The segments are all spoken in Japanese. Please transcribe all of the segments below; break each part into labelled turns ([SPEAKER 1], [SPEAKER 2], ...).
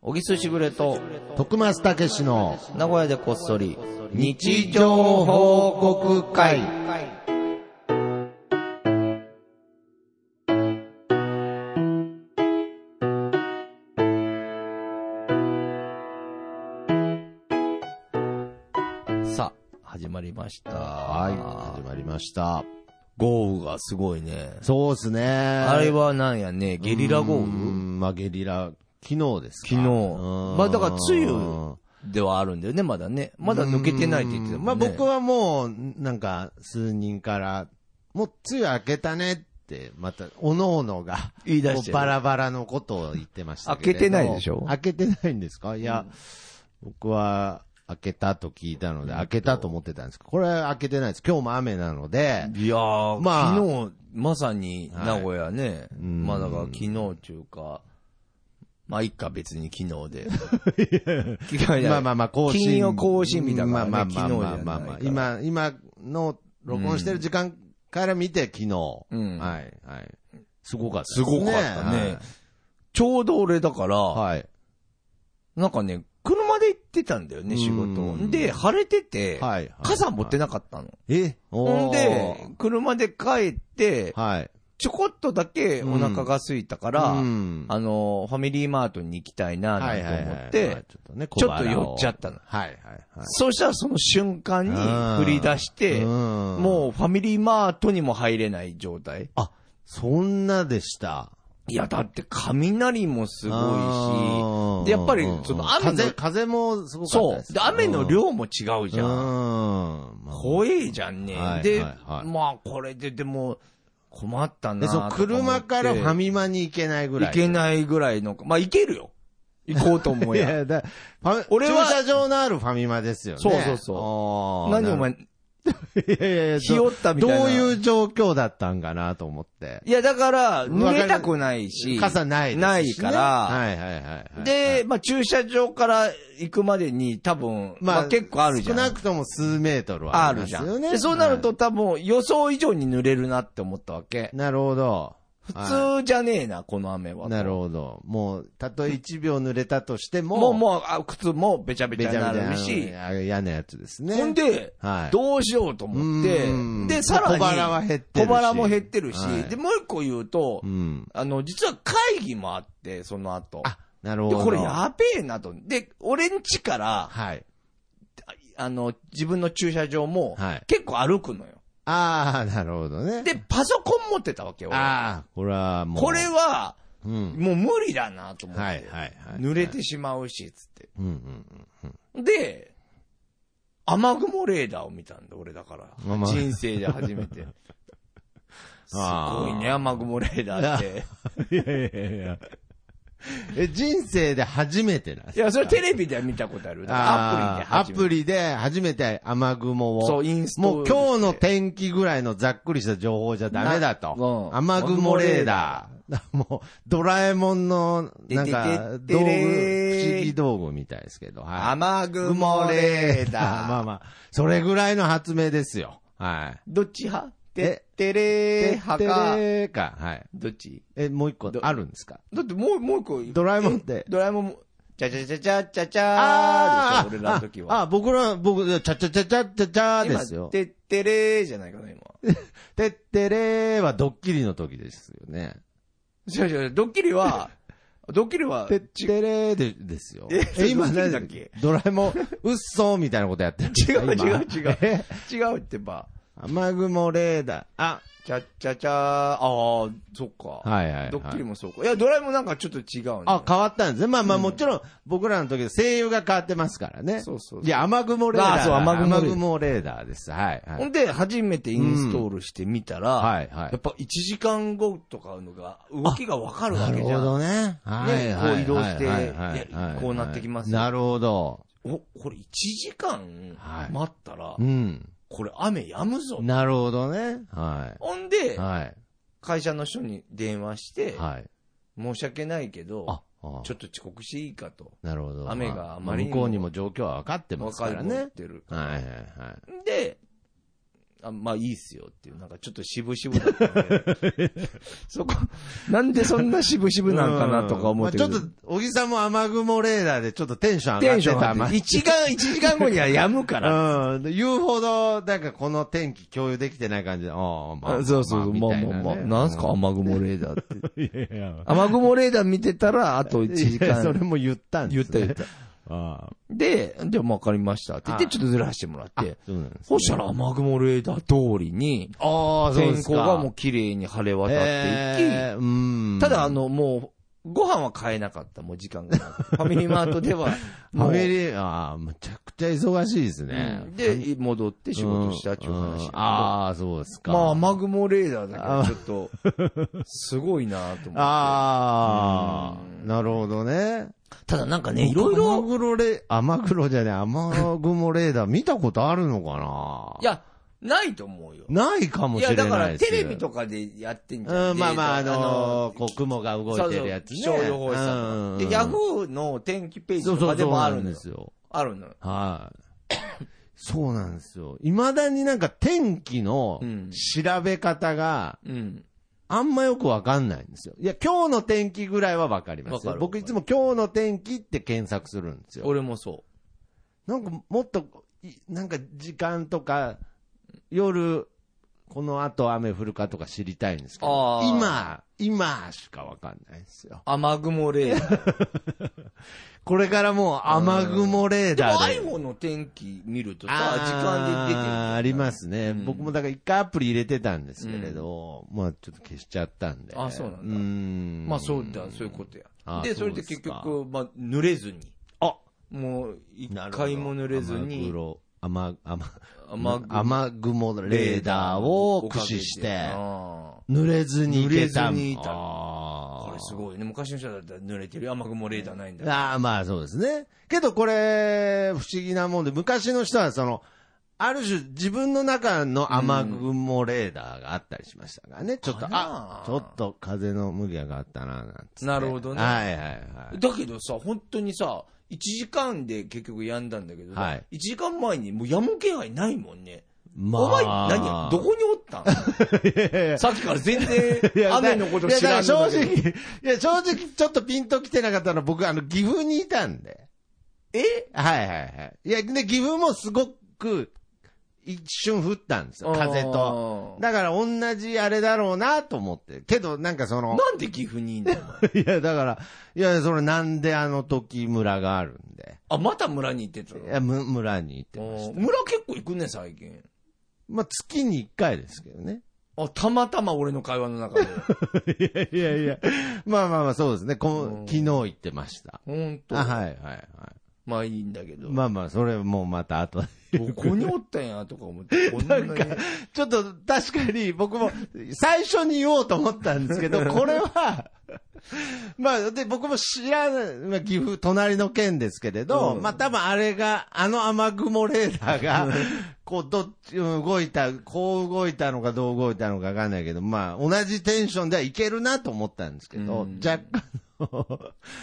[SPEAKER 1] 小木すしぐれと、
[SPEAKER 2] 徳松たけしの
[SPEAKER 1] 名古屋でこっそり、
[SPEAKER 2] 日常報告会。
[SPEAKER 1] さあ、始まりました。
[SPEAKER 2] はい、始まりました。
[SPEAKER 1] 豪雨がすごいね。
[SPEAKER 2] そうっすね。
[SPEAKER 1] あ
[SPEAKER 2] あ
[SPEAKER 1] れはなんやね、ゲリラ豪
[SPEAKER 2] うー
[SPEAKER 1] 雨
[SPEAKER 2] ん、まあゲリラ、昨日ですか
[SPEAKER 1] 昨日
[SPEAKER 2] うーん
[SPEAKER 1] まあだから梅雨ではあるんだよね、まだね。まだ抜けてないって言ってたもんね。
[SPEAKER 2] まあ僕はもう、なんか、数人から、もう梅雨明けたねって、また、おのおのが、
[SPEAKER 1] 言い出
[SPEAKER 2] も
[SPEAKER 1] してる
[SPEAKER 2] うバラバラのことを言ってました
[SPEAKER 1] 明けてないでしょ
[SPEAKER 2] 開けてないんですかいや、僕は、開けたと聞いたので、開けたと思ってたんですけど、これは開けてないです。今日も雨なので、
[SPEAKER 1] いやー、
[SPEAKER 2] まあ
[SPEAKER 1] 昨日、まさに名古屋ね。
[SPEAKER 2] ん
[SPEAKER 1] まあだから昨日っていうか、まあ一家別に昨日 で。昨日じゃない
[SPEAKER 2] まあまあまあ、更新。
[SPEAKER 1] 金曜更新日だからね
[SPEAKER 2] まあまあまあまあまあまあ
[SPEAKER 1] 昨日じゃな
[SPEAKER 2] 今、今の録音してる時間から見て、昨日。
[SPEAKER 1] うん
[SPEAKER 2] はい、はい。すごかった
[SPEAKER 1] すごかったね。ちょうど俺だから、
[SPEAKER 2] はい。はい
[SPEAKER 1] なんかね、車で行ってたんだよね、仕
[SPEAKER 2] う
[SPEAKER 1] 事。
[SPEAKER 2] ん
[SPEAKER 1] で、晴れてて、
[SPEAKER 2] はいはい。
[SPEAKER 1] 傘持ってなかったの。
[SPEAKER 2] え
[SPEAKER 1] ほ
[SPEAKER 2] お
[SPEAKER 1] ん
[SPEAKER 2] ー
[SPEAKER 1] で、車で帰って、
[SPEAKER 2] はい。
[SPEAKER 1] ちょこっとだけお腹が空いたから、
[SPEAKER 2] うん
[SPEAKER 1] あの、ファミリーマートに行きたいな、なんて思っ
[SPEAKER 2] はいはいはいまあ
[SPEAKER 1] て、
[SPEAKER 2] ちょっとね、
[SPEAKER 1] ちょっと寄っちゃったの。
[SPEAKER 2] はいはいはい。
[SPEAKER 1] そうしたらその瞬間に降り出して、
[SPEAKER 2] うん
[SPEAKER 1] もうファミリーマートにも入れない状態。
[SPEAKER 2] あ、そんなでした。
[SPEAKER 1] いや、だって雷もすごいし、
[SPEAKER 2] あー
[SPEAKER 1] で、やっぱりその雨の
[SPEAKER 2] 風、風もすごかった
[SPEAKER 1] そ
[SPEAKER 2] で
[SPEAKER 1] う。
[SPEAKER 2] す。
[SPEAKER 1] で、雨の量も違う
[SPEAKER 2] うん
[SPEAKER 1] じゃん。
[SPEAKER 2] うんまあ
[SPEAKER 1] 怖えじゃんね。
[SPEAKER 2] はい
[SPEAKER 1] で、
[SPEAKER 2] はいはい
[SPEAKER 1] まあ、これででも、困ったな
[SPEAKER 2] で、
[SPEAKER 1] と
[SPEAKER 2] そ
[SPEAKER 1] か思
[SPEAKER 2] う、
[SPEAKER 1] って。
[SPEAKER 2] 車からファミマに行けないぐらい。
[SPEAKER 1] 行けないぐらいの、まあ、行けるよ。行こうと思
[SPEAKER 2] い
[SPEAKER 1] えば。
[SPEAKER 2] や、だ、ファミ
[SPEAKER 1] 俺は
[SPEAKER 2] 駐車場のあるファミマですよね。
[SPEAKER 1] そうそうそう
[SPEAKER 2] そ
[SPEAKER 1] 何お、前、
[SPEAKER 2] いやいやいや、
[SPEAKER 1] ひよったみ
[SPEAKER 2] ど
[SPEAKER 1] たいな。
[SPEAKER 2] どういう状況だったんかなと思って。
[SPEAKER 1] いや、だから、濡れたくないし。
[SPEAKER 2] 傘ないですしね
[SPEAKER 1] ないから
[SPEAKER 2] はいはいはいはい。
[SPEAKER 1] で、まあ、駐車場から行くまでに多分、まあ、結構あるじゃん。
[SPEAKER 2] 少なくとも数メートルは
[SPEAKER 1] あ
[SPEAKER 2] あ
[SPEAKER 1] る
[SPEAKER 2] ります
[SPEAKER 1] じゃ
[SPEAKER 2] よ
[SPEAKER 1] ん。
[SPEAKER 2] ね。
[SPEAKER 1] で、そうなると
[SPEAKER 2] は
[SPEAKER 1] 多分、予想以上に濡れるなって思ったわけ
[SPEAKER 2] い。。なるほど。
[SPEAKER 1] 普
[SPEAKER 2] は
[SPEAKER 1] 通じゃねえな、この雨
[SPEAKER 2] い
[SPEAKER 1] は。
[SPEAKER 2] なるほど。もう、たとえ1秒濡れたとしても、
[SPEAKER 1] もう、もう、あ靴もべちゃべ
[SPEAKER 2] う
[SPEAKER 1] ち
[SPEAKER 2] べ
[SPEAKER 1] ゃ
[SPEAKER 2] ち
[SPEAKER 1] に
[SPEAKER 2] ゃ
[SPEAKER 1] な
[SPEAKER 2] べちゃ
[SPEAKER 1] るし、
[SPEAKER 2] あ嫌なやつですね。
[SPEAKER 1] ほんで、
[SPEAKER 2] はい。
[SPEAKER 1] どうしようと思って
[SPEAKER 2] うん、
[SPEAKER 1] で、さらに、
[SPEAKER 2] 小腹は減ってるし
[SPEAKER 1] 小腹も減ってるし
[SPEAKER 2] はい、
[SPEAKER 1] で、もう一個言うと
[SPEAKER 2] う、ん。
[SPEAKER 1] あの、実は会議もあって、その後。
[SPEAKER 2] あ、なるほ
[SPEAKER 1] で、
[SPEAKER 2] ど。
[SPEAKER 1] これやべえなと。で、俺ん家から、
[SPEAKER 2] はい。
[SPEAKER 1] あの、自分の駐車場も
[SPEAKER 2] はい、
[SPEAKER 1] 結構歩くのよ。
[SPEAKER 2] ああ、なるほどね。
[SPEAKER 1] で、パソコン持ってたわけよ。俺
[SPEAKER 2] ああ、これはもう。
[SPEAKER 1] これは、
[SPEAKER 2] うん。
[SPEAKER 1] もう無理だなと思って。
[SPEAKER 2] はいはいはい。
[SPEAKER 1] 濡れてしまうし、つって。
[SPEAKER 2] うんうん
[SPEAKER 1] で、雨雲レーダーを見たんだ、俺だから
[SPEAKER 2] まあま。あ
[SPEAKER 1] 人生で初め て。すごいね、雨雲レーダーって。
[SPEAKER 2] うん。いやいやいやえ、人生で初めてなんです
[SPEAKER 1] いや、それテレビでは見たことある。アプリで
[SPEAKER 2] あー
[SPEAKER 1] 初めて。
[SPEAKER 2] アプリで初めて雨雲を。
[SPEAKER 1] そうインストー
[SPEAKER 2] も
[SPEAKER 1] ル
[SPEAKER 2] う
[SPEAKER 1] して
[SPEAKER 2] 今日の天気ぐらいのざっくりした情報じゃダメだと。
[SPEAKER 1] なうん
[SPEAKER 2] 雨雲レーダー。 もう、ドラえもんの、なん
[SPEAKER 1] でで
[SPEAKER 2] か、道
[SPEAKER 1] で
[SPEAKER 2] 具、
[SPEAKER 1] で
[SPEAKER 2] 不思議道具みたいですけど。はい。
[SPEAKER 1] 雨雲レーダー。
[SPEAKER 2] まあまあ、それぐらいの発明ですよ。はい。
[SPEAKER 1] どっち派て
[SPEAKER 2] え、
[SPEAKER 1] てれー派か。
[SPEAKER 2] でか。はい。
[SPEAKER 1] どっち
[SPEAKER 2] え、もう一個あるんですか
[SPEAKER 1] だってもう、もう一個。
[SPEAKER 2] ドラえもんって。
[SPEAKER 1] ドラえもんも、ちゃちゃちゃちゃちゃちゃーでしょ、俺らの時
[SPEAKER 2] あ
[SPEAKER 1] は。
[SPEAKER 2] あ、僕ら、僕、ちゃちゃちゃちゃちゃちゃ
[SPEAKER 1] 今
[SPEAKER 2] ですよ。
[SPEAKER 1] てってれーじゃないかな、今。
[SPEAKER 2] てってれーはドッキリの時ですよね。
[SPEAKER 1] 違う違う違う、ドッキリ は、ドッキリは、
[SPEAKER 2] てってれーでですよ。
[SPEAKER 1] えそれ
[SPEAKER 2] 今
[SPEAKER 1] ドッキリ
[SPEAKER 2] 何
[SPEAKER 1] だっけ
[SPEAKER 2] ドラえもん、うっそーみたいなことやってるんです
[SPEAKER 1] 違
[SPEAKER 2] か。
[SPEAKER 1] う
[SPEAKER 2] 今
[SPEAKER 1] 違う違う。
[SPEAKER 2] え
[SPEAKER 1] 違うってば。
[SPEAKER 2] 雨雲レーダー。あ、
[SPEAKER 1] ちゃっちゃちゃー、ああ、そっか。
[SPEAKER 2] はいはい、はい。
[SPEAKER 1] ドッキリもそうか。いや、ドラえもんなんかちょっと違うね。
[SPEAKER 2] あ、変わったんですね。まあまあもちろん僕らの時は声優が変わってますからね。
[SPEAKER 1] そうそうそう
[SPEAKER 2] いや、雨雲レーダー。
[SPEAKER 1] あそう雨雲レーダー
[SPEAKER 2] 雨雲レーダーです。はい、は
[SPEAKER 1] ほ
[SPEAKER 2] い。
[SPEAKER 1] んで、初めてインストールしてみたら、
[SPEAKER 2] んはいはい
[SPEAKER 1] やっぱ1時間後とかのが、動きがわかるわ
[SPEAKER 2] な
[SPEAKER 1] け
[SPEAKER 2] る
[SPEAKER 1] じ
[SPEAKER 2] ほ
[SPEAKER 1] ゃん。
[SPEAKER 2] どね。はいはい
[SPEAKER 1] こう移動して
[SPEAKER 2] はいはいはい
[SPEAKER 1] でこうなってきます
[SPEAKER 2] なるほど。
[SPEAKER 1] お、これ1時間
[SPEAKER 2] はい
[SPEAKER 1] 待ったら
[SPEAKER 2] う、ん。
[SPEAKER 1] これ雨やむぞ。
[SPEAKER 2] なるほどね。は
[SPEAKER 1] ほん
[SPEAKER 2] い。
[SPEAKER 1] で、
[SPEAKER 2] はい。
[SPEAKER 1] 会社の人に電話して、
[SPEAKER 2] はい。
[SPEAKER 1] 申し訳ないけど
[SPEAKER 2] あ、、あ
[SPEAKER 1] ちょっと遅刻していいかと。
[SPEAKER 2] なるほど。
[SPEAKER 1] 雨があまりに
[SPEAKER 2] 向
[SPEAKER 1] も
[SPEAKER 2] こうにも状況は分かってま
[SPEAKER 1] わ
[SPEAKER 2] す
[SPEAKER 1] か
[SPEAKER 2] か
[SPEAKER 1] る
[SPEAKER 2] ら
[SPEAKER 1] ね。
[SPEAKER 2] ね
[SPEAKER 1] っ。てる。
[SPEAKER 2] はいはいはい。
[SPEAKER 1] で、あまあいいっすよっていう、なんかちょっと渋々だったんで、 そこ、なんでそんな渋々なんかなとか思って
[SPEAKER 2] うんまあちょっと、小木さんも雨雲レーダーでちょっとテンション上
[SPEAKER 1] テ
[SPEAKER 2] がっ
[SPEAKER 1] ン
[SPEAKER 2] て
[SPEAKER 1] ション
[SPEAKER 2] た。
[SPEAKER 1] が、1時間、一時間後にはやむから。
[SPEAKER 2] うん。で言うほど、なんかこの天気共有できてない感じで、ああ、まあ。
[SPEAKER 1] そうそう、ま
[SPEAKER 2] み
[SPEAKER 1] あ
[SPEAKER 2] たい
[SPEAKER 1] まあまあ、
[SPEAKER 2] ね
[SPEAKER 1] なんすか雨雲レーダーって。
[SPEAKER 2] いやいや。
[SPEAKER 1] 雨雲レーダー見てたら、あと1時
[SPEAKER 2] いやそれ
[SPEAKER 1] 間。
[SPEAKER 2] も言ったんで
[SPEAKER 1] 言っ
[SPEAKER 2] す
[SPEAKER 1] た
[SPEAKER 2] ね。
[SPEAKER 1] 言った。
[SPEAKER 2] あ
[SPEAKER 1] で、じゃあわかりましたって言って、
[SPEAKER 2] あ
[SPEAKER 1] ちょっとずらしてもらって。
[SPEAKER 2] そうなんです。
[SPEAKER 1] そしたら雨雲レーダー通りに、
[SPEAKER 2] ああ、そうで
[SPEAKER 1] 天
[SPEAKER 2] すか。
[SPEAKER 1] 候がもう綺麗に晴れ渡っていき、
[SPEAKER 2] えーうん。
[SPEAKER 1] ただ、あ、の、もう、ご飯は買えなかった、もう時間がなく て。ファミリーマートでは、
[SPEAKER 2] ファ
[SPEAKER 1] もう
[SPEAKER 2] ミリー、ああ、むちゃくちゃ忙しいですね。
[SPEAKER 1] うんで、戻って仕事したっていう
[SPEAKER 2] うん
[SPEAKER 1] 話
[SPEAKER 2] うん。ああ、そうですか。
[SPEAKER 1] まあ、雨雲レーダーだけど、ちょっと、すごいなと思って。
[SPEAKER 2] ああ、なるほどね。
[SPEAKER 1] ただなんかね、いろい
[SPEAKER 2] 雨
[SPEAKER 1] ろ、
[SPEAKER 2] 雲レ、雨雲じゃねえ、雨雲レーダー見たことあるのかない
[SPEAKER 1] や、ないと思うよ。
[SPEAKER 2] ないかも
[SPEAKER 1] い
[SPEAKER 2] し
[SPEAKER 1] や、
[SPEAKER 2] れな
[SPEAKER 1] だ
[SPEAKER 2] い
[SPEAKER 1] からテレビ
[SPEAKER 2] か。
[SPEAKER 1] とかでやってんじゃん。
[SPEAKER 2] うん、まあまあ、あ
[SPEAKER 1] データ
[SPEAKER 2] のー、こう、雲が動いてるやつね。
[SPEAKER 1] そうそう気象予報士さんとか。で、ヤフーの天気ページ
[SPEAKER 2] そう
[SPEAKER 1] と
[SPEAKER 2] そ
[SPEAKER 1] か
[SPEAKER 2] う
[SPEAKER 1] で
[SPEAKER 2] そう
[SPEAKER 1] もあ
[SPEAKER 2] な
[SPEAKER 1] るの
[SPEAKER 2] んで
[SPEAKER 1] よ。
[SPEAKER 2] すよ。
[SPEAKER 1] あるのよ。
[SPEAKER 2] はい。そうなんですよ。未だになんか天気の
[SPEAKER 1] うん
[SPEAKER 2] 調べ方が
[SPEAKER 1] うん。
[SPEAKER 2] あんまよくわかんないんですよ。いや、今日の天気ぐらいはわかりま
[SPEAKER 1] わ
[SPEAKER 2] す
[SPEAKER 1] か
[SPEAKER 2] よ
[SPEAKER 1] る。
[SPEAKER 2] 僕いつも今日の天気って検索するんですよ。
[SPEAKER 1] 俺もそ
[SPEAKER 2] なんかもっと、いなんか時間とか、夜、この後雨降るかとか知りたいんですけど
[SPEAKER 1] あ、ー
[SPEAKER 2] 今、今しかわかんないんですよ。
[SPEAKER 1] う。雨雲レーダー。
[SPEAKER 2] これからもう雨雲レー
[SPEAKER 1] で
[SPEAKER 2] ダ
[SPEAKER 1] も、
[SPEAKER 2] ー
[SPEAKER 1] ア
[SPEAKER 2] で。
[SPEAKER 1] イモの天気見るとさ、
[SPEAKER 2] あー
[SPEAKER 1] 時間で出てる。
[SPEAKER 2] ありますね。
[SPEAKER 1] うん
[SPEAKER 2] 僕もだから一回アプリ入れてたんですけれど、まあちょっと消しちゃったんで。
[SPEAKER 1] あそうなんだ
[SPEAKER 2] ん
[SPEAKER 1] まあ、そうだ、そういうこと
[SPEAKER 2] あ
[SPEAKER 1] や。で、それで
[SPEAKER 2] そうです
[SPEAKER 1] 結
[SPEAKER 2] か
[SPEAKER 1] 局、まあ、濡れずに。
[SPEAKER 2] あ
[SPEAKER 1] もう、一
[SPEAKER 2] なるほど
[SPEAKER 1] 回も濡れずに、
[SPEAKER 2] 雨雲雨
[SPEAKER 1] 雨
[SPEAKER 2] 雨雨雲レーダーを駆使
[SPEAKER 1] 追
[SPEAKER 2] し
[SPEAKER 1] っか
[SPEAKER 2] て
[SPEAKER 1] け、あ
[SPEAKER 2] 濡れずに行け
[SPEAKER 1] 濡れ
[SPEAKER 2] た。
[SPEAKER 1] ずにいたあ
[SPEAKER 2] あ
[SPEAKER 1] こ
[SPEAKER 2] ー
[SPEAKER 1] れすごいね。昔の人だったら濡れてるよ雨雲レーダーないんだ。
[SPEAKER 2] あーまあそうですね。けどこれ、不思議なもんで、昔の人はその、ある種自分の中の雨雲レーダーがあったりしましたからね。ちょっと、
[SPEAKER 1] かな
[SPEAKER 2] あ、ちょっと風の麦があったな、なんつって
[SPEAKER 1] なるほどね
[SPEAKER 2] はいはいはい。
[SPEAKER 1] だけどさ、本当にさ、1時間で結局やんだんだけどさ、
[SPEAKER 2] はい
[SPEAKER 1] 1時間前にもうやむ気配ないもんね。
[SPEAKER 2] ま
[SPEAKER 1] お前、何どこにおったん さっきから全然雨のこと知らん
[SPEAKER 2] い
[SPEAKER 1] の
[SPEAKER 2] や、
[SPEAKER 1] だ
[SPEAKER 2] だから
[SPEAKER 1] けど
[SPEAKER 2] 正直、いや、正直ちょっとピンと来てなかったのは僕、あの、岐阜にいたんで。
[SPEAKER 1] え
[SPEAKER 2] はいはいはい。いや、ね、岐阜もすごく、一瞬降ったんですよ、風と。
[SPEAKER 1] と
[SPEAKER 2] だから同じあれだろうなと思って。けど、なんかその、
[SPEAKER 1] なんで岐阜にいんだよ、お前
[SPEAKER 2] いや、だから、いや、それなんであの時村があるんで。
[SPEAKER 1] あ、また村に行ってたの
[SPEAKER 2] いや、む村に行ってま
[SPEAKER 1] お
[SPEAKER 2] した。
[SPEAKER 1] ー村結構行くね、最近。
[SPEAKER 2] まあ、月に一回ですけ どね。
[SPEAKER 1] あ、たまたま俺の会話の 中で。
[SPEAKER 2] いやいやいや。まあまあまあ、そうですね。こ
[SPEAKER 1] うん
[SPEAKER 2] ん昨日行ってました。
[SPEAKER 1] ほんと。
[SPEAKER 2] あはいはいはい。
[SPEAKER 1] まあいいんだけど。
[SPEAKER 2] まあまあ、それもまた後で。
[SPEAKER 1] どこにおったんやとか思 って。こんなに
[SPEAKER 2] ちょっと確かに僕も最初に言おうと思ったんですけ ど、これは、まあ、で、僕も知らない、まあ、岐阜、隣の県ですけれど、
[SPEAKER 1] うん
[SPEAKER 2] まあ多分あれが、あの雨雲レーダーが、こう、どっち、うん動いた、こう動いたのかどう動いたのかわかんないけど、まあ、同じテンションではいけるなと思ったんですけど、
[SPEAKER 1] うん
[SPEAKER 2] 若干の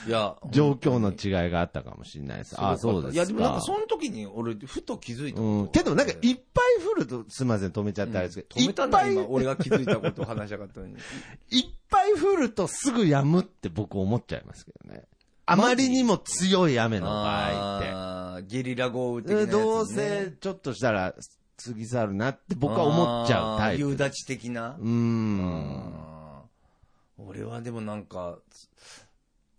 [SPEAKER 1] いや、
[SPEAKER 2] 状況の違いがあったかもしれないです。あ、そうですか。
[SPEAKER 1] いや、でもなんかその時に俺、ふと気づいたこと
[SPEAKER 2] うん、けどなんかいっぱい降ると、すみません、止めちゃってあれですけど、
[SPEAKER 1] 止めたんだ、
[SPEAKER 2] いっぱ
[SPEAKER 1] 今。
[SPEAKER 2] い
[SPEAKER 1] 俺が気づいたことを話したかったの に。
[SPEAKER 2] いっぱい降るとすぐ止むって僕思っちゃいますけどね。あまりにも強い雨の場合って。
[SPEAKER 1] あーゲリラ豪雨的なやつ
[SPEAKER 2] え
[SPEAKER 1] ね。
[SPEAKER 2] どうせちょっとしたら過ぎ去るなって僕は思っちゃうタイ
[SPEAKER 1] あー夕
[SPEAKER 2] プ。
[SPEAKER 1] 立ち的な
[SPEAKER 2] う。ーん。
[SPEAKER 1] あー俺はでもなんか、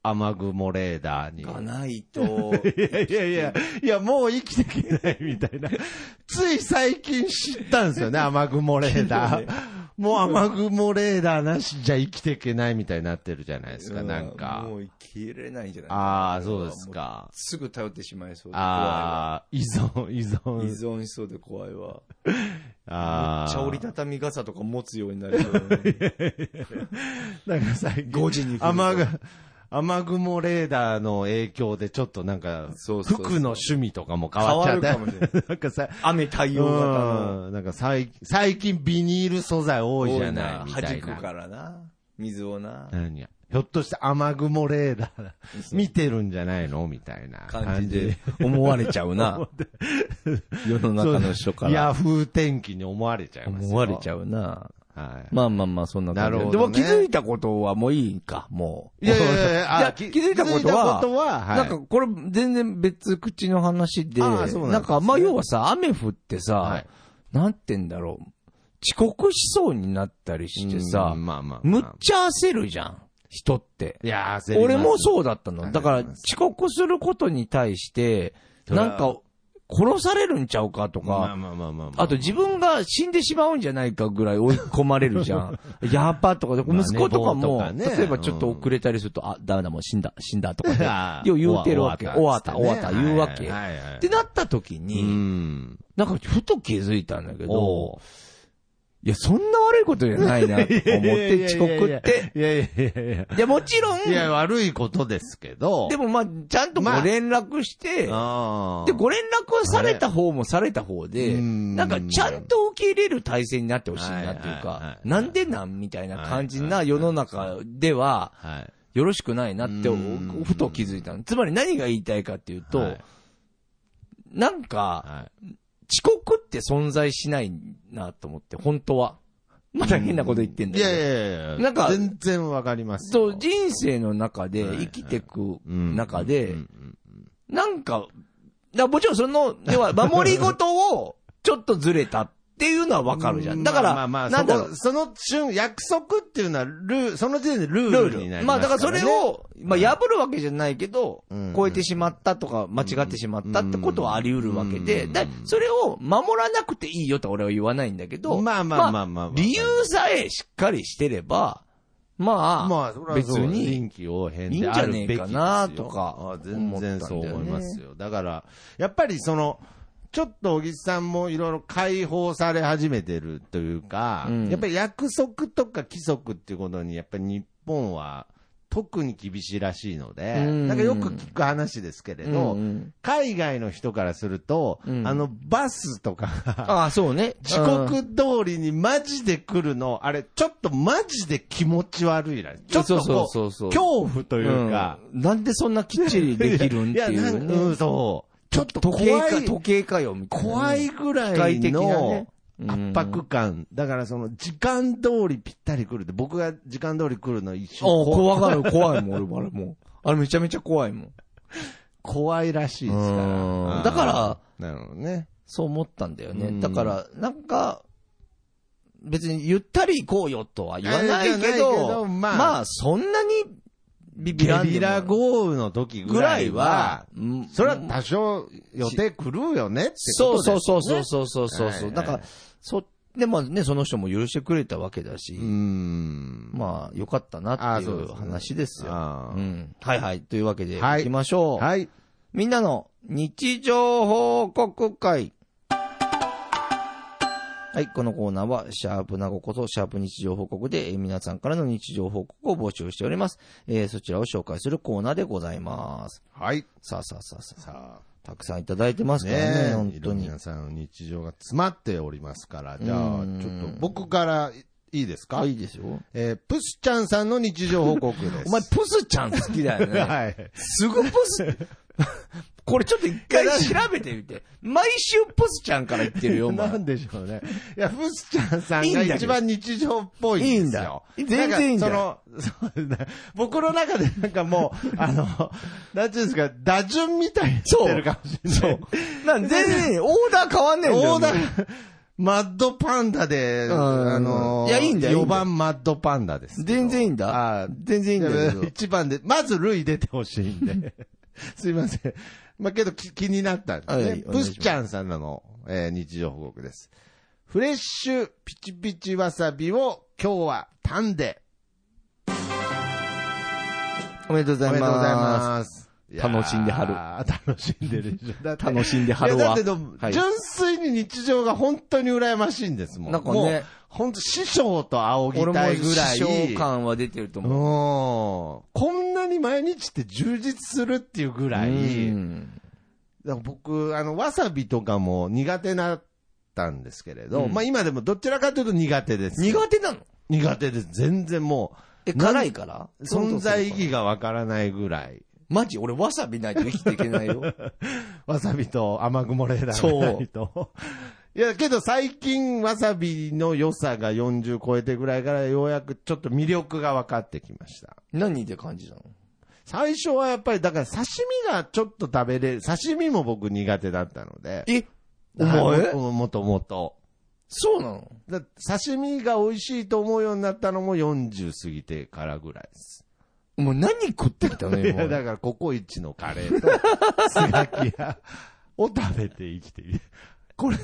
[SPEAKER 2] 雨雲レーダーに。
[SPEAKER 1] がないと、
[SPEAKER 2] いやいや いや、いやもう生きていけないみたいな。 つい最近知ったんですよね、雨雲レーダ ー。もう雨雲レーダーなしじゃ生きていけないみたいになってるじゃないですか、なんか
[SPEAKER 1] も。う生きれないんじゃない
[SPEAKER 2] ああ、そうです。か。
[SPEAKER 1] すぐ頼ってしまいそうで怖いわ。
[SPEAKER 2] ああ、依存、依
[SPEAKER 1] 依
[SPEAKER 2] 存。
[SPEAKER 1] 存しそうで怖いわ。め
[SPEAKER 2] あ
[SPEAKER 1] っちゃ
[SPEAKER 2] あ。
[SPEAKER 1] 折りたたみ傘とか持つようになるよう に。
[SPEAKER 2] なんか最近、
[SPEAKER 1] 5時に来る
[SPEAKER 2] 雨が、雨雲レーダーの影響でちょっとなんか、
[SPEAKER 1] そうそうそう
[SPEAKER 2] 服の趣味とかも変わっちゃって。
[SPEAKER 1] 変わるかもし
[SPEAKER 2] なんかさ、
[SPEAKER 1] 雨対応型の。
[SPEAKER 2] うん、なんか最近、最近ビニール素材多いじゃないみたいな。
[SPEAKER 1] 弾くからな。水をな、
[SPEAKER 2] 何や。ひょっとして雨雲レーダー見てるんじゃないのみたいな
[SPEAKER 1] 感じで。思われちゃう な。世の中の人から。
[SPEAKER 2] ヤフー天気に思われちゃいますよ。
[SPEAKER 1] 思われちゃうな。
[SPEAKER 2] はい。
[SPEAKER 1] まあまあまあ、そんな感じ
[SPEAKER 2] なるほ
[SPEAKER 1] で
[SPEAKER 2] ど
[SPEAKER 1] も
[SPEAKER 2] ね
[SPEAKER 1] 気づいたことはもういいんか、もう。
[SPEAKER 2] いやいやいやあ
[SPEAKER 1] 気 づいたことは、
[SPEAKER 2] 気づいたことははい
[SPEAKER 1] なんかこれ全然別口の話で、
[SPEAKER 2] あーそうなんですね
[SPEAKER 1] なんかまあ要はさ、雨降ってさ、
[SPEAKER 2] はい
[SPEAKER 1] なんて言うんだろう、遅刻しそうになったりしてさ
[SPEAKER 2] う、んまあまあまあ。
[SPEAKER 1] むっちゃ焦るじゃん、人って。
[SPEAKER 2] いやー、
[SPEAKER 1] 俺も
[SPEAKER 2] う。
[SPEAKER 1] そうだったの。だから
[SPEAKER 2] わか
[SPEAKER 1] 遅
[SPEAKER 2] ります
[SPEAKER 1] 刻することに対して、
[SPEAKER 2] そりゃ
[SPEAKER 1] なんか殺されるんちゃうかとか、
[SPEAKER 2] まあまあまあまあまあ。
[SPEAKER 1] あと自分が死んでしまうんじゃないかぐらい追い込まれるじゃ ん。やっぱとかで、
[SPEAKER 2] まあね
[SPEAKER 1] 息子とかも
[SPEAKER 2] 棒とかね
[SPEAKER 1] 例えばちょっと遅れたりすると、あ、ダメだ、もう死んだ、死んだとか
[SPEAKER 2] あ
[SPEAKER 1] ねよ
[SPEAKER 2] ー、
[SPEAKER 1] う言うてるわけ。終わった、終
[SPEAKER 2] 終わ
[SPEAKER 1] わ
[SPEAKER 2] っ
[SPEAKER 1] ったた、
[SPEAKER 2] っつってね
[SPEAKER 1] 言うわけ。
[SPEAKER 2] はいはいはい
[SPEAKER 1] ってなった時
[SPEAKER 2] う
[SPEAKER 1] に、
[SPEAKER 2] ん。
[SPEAKER 1] なんかふと気づいたんだけ
[SPEAKER 2] お
[SPEAKER 1] ど、いや、そんな悪いことじゃないなと思って遅刻って。
[SPEAKER 2] いやいやいやいや。
[SPEAKER 1] いや、もちろん、
[SPEAKER 2] いや、悪いことですけど。
[SPEAKER 1] でもまあ、ちゃんとご
[SPEAKER 2] まあ
[SPEAKER 1] 連絡して、
[SPEAKER 2] あー
[SPEAKER 1] で、ご連絡はされた方もされた方
[SPEAKER 2] う
[SPEAKER 1] で、
[SPEAKER 2] ん
[SPEAKER 1] なんかちゃんと受け入れる体制になってほしいなっていう
[SPEAKER 2] はいはいはいは
[SPEAKER 1] か、
[SPEAKER 2] い
[SPEAKER 1] なんでなんみたいな感じ
[SPEAKER 2] は
[SPEAKER 1] ない世の中では、
[SPEAKER 2] はい。
[SPEAKER 1] よろしくないなって
[SPEAKER 2] うん、
[SPEAKER 1] ふと気づいたの。つまり何が言いたいかっていう
[SPEAKER 2] は
[SPEAKER 1] と
[SPEAKER 2] い、
[SPEAKER 1] なんか、
[SPEAKER 2] はい。
[SPEAKER 1] 遅刻って存在しないなと思って、本当は。また変なこと言ってんだ
[SPEAKER 2] い
[SPEAKER 1] けど。
[SPEAKER 2] やいやいやいや
[SPEAKER 1] なんか
[SPEAKER 2] 全然わかります
[SPEAKER 1] そ
[SPEAKER 2] よ。
[SPEAKER 1] う、人生の中で、
[SPEAKER 2] はい
[SPEAKER 1] 生きてく
[SPEAKER 2] うん
[SPEAKER 1] 中で
[SPEAKER 2] うんう、ん
[SPEAKER 1] なんか、だもちろんその、では、守り事を、ちょっとずれたっていうのはわかるじゃん。だか
[SPEAKER 2] まあ
[SPEAKER 1] ら、
[SPEAKER 2] まあま
[SPEAKER 1] な
[SPEAKER 2] あ、
[SPEAKER 1] んだ
[SPEAKER 2] そ
[SPEAKER 1] ろ
[SPEAKER 2] こ
[SPEAKER 1] う、
[SPEAKER 2] その瞬、約束っていうのはルー、その時点でルー
[SPEAKER 1] ル
[SPEAKER 2] ルに
[SPEAKER 1] ー
[SPEAKER 2] な
[SPEAKER 1] ル。
[SPEAKER 2] り
[SPEAKER 1] ま
[SPEAKER 2] ま
[SPEAKER 1] あ、
[SPEAKER 2] す
[SPEAKER 1] だからそれ
[SPEAKER 2] ね
[SPEAKER 1] を、まあ、破るわけじゃないけど
[SPEAKER 2] うん、
[SPEAKER 1] 超えてしまったとか、間違ってしまったってことはあり得るわけで、
[SPEAKER 2] うん
[SPEAKER 1] だそれを守らなくていいよとは俺は言わないんだけど、
[SPEAKER 2] まあまあまあまあ
[SPEAKER 1] 理由さえしっかりしてれば、まあ、
[SPEAKER 2] まあ、それは
[SPEAKER 1] 別
[SPEAKER 2] そう
[SPEAKER 1] に
[SPEAKER 2] 臨機応変
[SPEAKER 1] いい
[SPEAKER 2] で
[SPEAKER 1] んじ
[SPEAKER 2] あ
[SPEAKER 1] ゃ
[SPEAKER 2] るべ
[SPEAKER 1] ね
[SPEAKER 2] き
[SPEAKER 1] え
[SPEAKER 2] ですよ
[SPEAKER 1] かなとか
[SPEAKER 2] あ全然そ
[SPEAKER 1] 思
[SPEAKER 2] う
[SPEAKER 1] ったんだよね
[SPEAKER 2] 思いますよ。だから、やっぱりその、ちょっと小木さんもいろいろ解放され始めてるというか、
[SPEAKER 1] うん
[SPEAKER 2] やっぱり約束とか規則っていうことに、やっぱり日本は特に厳しいらしいので、
[SPEAKER 1] うん
[SPEAKER 2] なんかよく聞く話ですけれど、
[SPEAKER 1] うんうん
[SPEAKER 2] 海外の人からすると、
[SPEAKER 1] うん
[SPEAKER 2] あの、バスとかが、
[SPEAKER 1] ああ、そうね。
[SPEAKER 2] 遅刻通りにマジで来るの、あれ、ちょっとマジで気持ち悪いな。ちょっと
[SPEAKER 1] そうそ
[SPEAKER 2] こ
[SPEAKER 1] うそうそう
[SPEAKER 2] う、恐怖というか。
[SPEAKER 1] うんなんでそんなきっちりできるんってい
[SPEAKER 2] やな
[SPEAKER 1] う、
[SPEAKER 2] ん
[SPEAKER 1] ね。
[SPEAKER 2] うん、そう。ちょっと
[SPEAKER 1] 時計
[SPEAKER 2] 怖
[SPEAKER 1] か、
[SPEAKER 2] い、
[SPEAKER 1] 時計かよ、みたいな。
[SPEAKER 2] 怖いぐらいの圧迫感。だからその、時間通りぴったり来るって、僕が時間通り来るの一
[SPEAKER 1] ああ、
[SPEAKER 2] 瞬こ
[SPEAKER 1] 怖がる、怖いもん、俺、あれもう。あれめちゃめちゃ怖いもん。
[SPEAKER 2] 怖いらしいですか
[SPEAKER 1] う
[SPEAKER 2] ら
[SPEAKER 1] ん。だから
[SPEAKER 2] ら、なるほどね。
[SPEAKER 1] そう思ったんだよ
[SPEAKER 2] う
[SPEAKER 1] ね。
[SPEAKER 2] ん
[SPEAKER 1] だから、なんか、別にゆったり行こうよとは言わない
[SPEAKER 2] いや
[SPEAKER 1] け
[SPEAKER 2] じゃない
[SPEAKER 1] ど、
[SPEAKER 2] けどま
[SPEAKER 1] ま
[SPEAKER 2] あ
[SPEAKER 1] あ、そんなにビビ
[SPEAKER 2] ゲ
[SPEAKER 1] らんでも
[SPEAKER 2] リラ豪雨の時ぐ
[SPEAKER 1] ぐ
[SPEAKER 2] ら
[SPEAKER 1] ら
[SPEAKER 2] い
[SPEAKER 1] い
[SPEAKER 2] は
[SPEAKER 1] は、、
[SPEAKER 2] それは多少予定狂うよねってこ
[SPEAKER 1] そ
[SPEAKER 2] と
[SPEAKER 1] う
[SPEAKER 2] ですよ
[SPEAKER 1] そ
[SPEAKER 2] ね
[SPEAKER 1] うそうそうそうそうそう。
[SPEAKER 2] はいはい
[SPEAKER 1] だから、そ、でもね、その人も許してくれたわけだし、
[SPEAKER 2] うーん。
[SPEAKER 1] まあ、よかったなってい
[SPEAKER 2] あそうです
[SPEAKER 1] う
[SPEAKER 2] ね
[SPEAKER 1] 話ですよ。
[SPEAKER 2] あ
[SPEAKER 1] う
[SPEAKER 2] ー
[SPEAKER 1] ん。はいはい。というわけで、
[SPEAKER 2] はい
[SPEAKER 1] 行きましょう。
[SPEAKER 2] はい。
[SPEAKER 1] みんなの日常報告会。はい、このコーナーは、シャープなごこそ、シャープ日常報告で、えー皆さんからの日常報告を募集しております。えーそちらを紹介するコーナーでございます。
[SPEAKER 2] はい。
[SPEAKER 1] さあさあさあさあ、
[SPEAKER 2] さ
[SPEAKER 1] たくさんいただいてま
[SPEAKER 2] あ、
[SPEAKER 1] すからね、
[SPEAKER 2] ねえ、
[SPEAKER 1] 本
[SPEAKER 2] い
[SPEAKER 1] 当
[SPEAKER 2] ろんな
[SPEAKER 1] に。
[SPEAKER 2] 皆さんの日常が詰まっておりますから、じゃあ
[SPEAKER 1] う、ん
[SPEAKER 2] ちょっと僕からいいですか
[SPEAKER 1] あ、いいですよ。
[SPEAKER 2] えー、プスちゃんさんの日常報告です。
[SPEAKER 1] お前、プスちゃん好きだよね。
[SPEAKER 2] はい。
[SPEAKER 1] すぐプス。 これちょっと一回調べてみて。毎週プスちゃんから言ってるよ、お前
[SPEAKER 2] な。んでしょうね。いや、プスちゃんさ
[SPEAKER 1] い
[SPEAKER 2] ん
[SPEAKER 1] いん
[SPEAKER 2] が
[SPEAKER 1] だけど
[SPEAKER 2] 一番日常っぽいんですよ。
[SPEAKER 1] いいんだよ全然いいんだ
[SPEAKER 2] よ。その、そうですね僕の中でなんかもう、あの、なんていうんですか、打順みたいになってるかもしれない。
[SPEAKER 1] そう。なん全然、オーダー変わんねえんだよ。
[SPEAKER 2] オーダー、マッドパンダで、
[SPEAKER 1] うん
[SPEAKER 2] あのー、
[SPEAKER 1] いやいいんだよ
[SPEAKER 2] 4番マッドパンダです。
[SPEAKER 1] 全然いいん
[SPEAKER 2] あ
[SPEAKER 1] だ
[SPEAKER 2] ー。
[SPEAKER 1] 全然いいんだけど。
[SPEAKER 2] 一番で、まず塁出てほしいん で。すいません。まあ、けどき気になったんですね。
[SPEAKER 1] はいお願
[SPEAKER 2] プ
[SPEAKER 1] いします
[SPEAKER 2] スちゃんさんらの、えー日常報告です。フレッシュピチピチわさびを今日はタンで。
[SPEAKER 1] おめでとうござい
[SPEAKER 2] おめでとうござい
[SPEAKER 1] ま
[SPEAKER 2] ます。
[SPEAKER 1] 楽しんではる
[SPEAKER 2] はる。楽しんでるでしょ。だ
[SPEAKER 1] す。
[SPEAKER 2] って
[SPEAKER 1] 楽しんで春
[SPEAKER 2] いやだ
[SPEAKER 1] は
[SPEAKER 2] け。ど、
[SPEAKER 1] はい
[SPEAKER 2] 純粋に日常が本当に羨ましいんですもん。
[SPEAKER 1] なんか
[SPEAKER 2] もう
[SPEAKER 1] ね、
[SPEAKER 2] 本当師匠と仰
[SPEAKER 1] 俺
[SPEAKER 2] ぎ
[SPEAKER 1] も
[SPEAKER 2] たいぐらい。
[SPEAKER 1] 師匠感は出てると
[SPEAKER 2] うん。
[SPEAKER 1] 思う。
[SPEAKER 2] こんなに毎日って充実するっていうぐらい、
[SPEAKER 1] うん
[SPEAKER 2] だから僕、あの、わさびとかも苦手だったんですけれど、
[SPEAKER 1] うん
[SPEAKER 2] まあ今でもどちらかというと苦手です。
[SPEAKER 1] 苦手なの
[SPEAKER 2] 苦手です。全然もう、
[SPEAKER 1] え、辛いから
[SPEAKER 2] 存在意義
[SPEAKER 1] が。
[SPEAKER 2] がわからないぐらい。
[SPEAKER 1] マジ俺わさびないと生きていけない よ。
[SPEAKER 2] わさびと雨雲レーダーがないと。 いや、けど最近わさびの良さが40超えてぐらいからようやくちょっと魅力が分かってきました。
[SPEAKER 1] 何で感じたの
[SPEAKER 2] 最初はやっぱりだから刺身がちょっと食べれる。刺身も僕苦手だったので。
[SPEAKER 1] えお
[SPEAKER 2] はい
[SPEAKER 1] 前
[SPEAKER 2] ももともと。
[SPEAKER 1] そうなの
[SPEAKER 2] だ刺身が美味しいと思うようになったのも40過ぎてからぐらいです。
[SPEAKER 1] もう何食ってきたの
[SPEAKER 2] いや、
[SPEAKER 1] 今。
[SPEAKER 2] だからココイチのカレ ーと、スガキヤを食べて生きている。これ、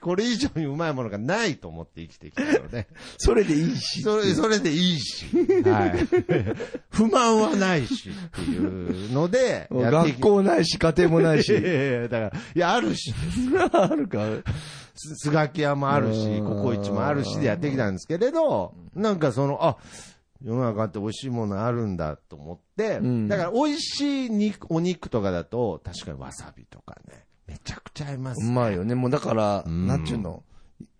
[SPEAKER 2] これ以上にうまいものがないと思って生きてきたので、
[SPEAKER 1] それでいいし。
[SPEAKER 2] それ、それでいいし、はい。 不満はないしっていうので、
[SPEAKER 1] もう
[SPEAKER 2] やって
[SPEAKER 1] 学
[SPEAKER 2] き
[SPEAKER 1] 校ないし、家庭もない
[SPEAKER 2] いやい
[SPEAKER 1] し。
[SPEAKER 2] やいや、だから、い や、あるし、
[SPEAKER 1] あるか。
[SPEAKER 2] すスガキ屋もあるし、
[SPEAKER 1] うん
[SPEAKER 2] ココイチもあるしでやってきたんですけれど、なんかその、あ、世の中って美味しいものあるんだと思って、
[SPEAKER 1] うん
[SPEAKER 2] だから美味しい肉、お肉とかだと、確かにわさびとかね、めちゃくちゃ合います。
[SPEAKER 1] うまいよね。もうだから、
[SPEAKER 2] うん
[SPEAKER 1] なんちゅうの。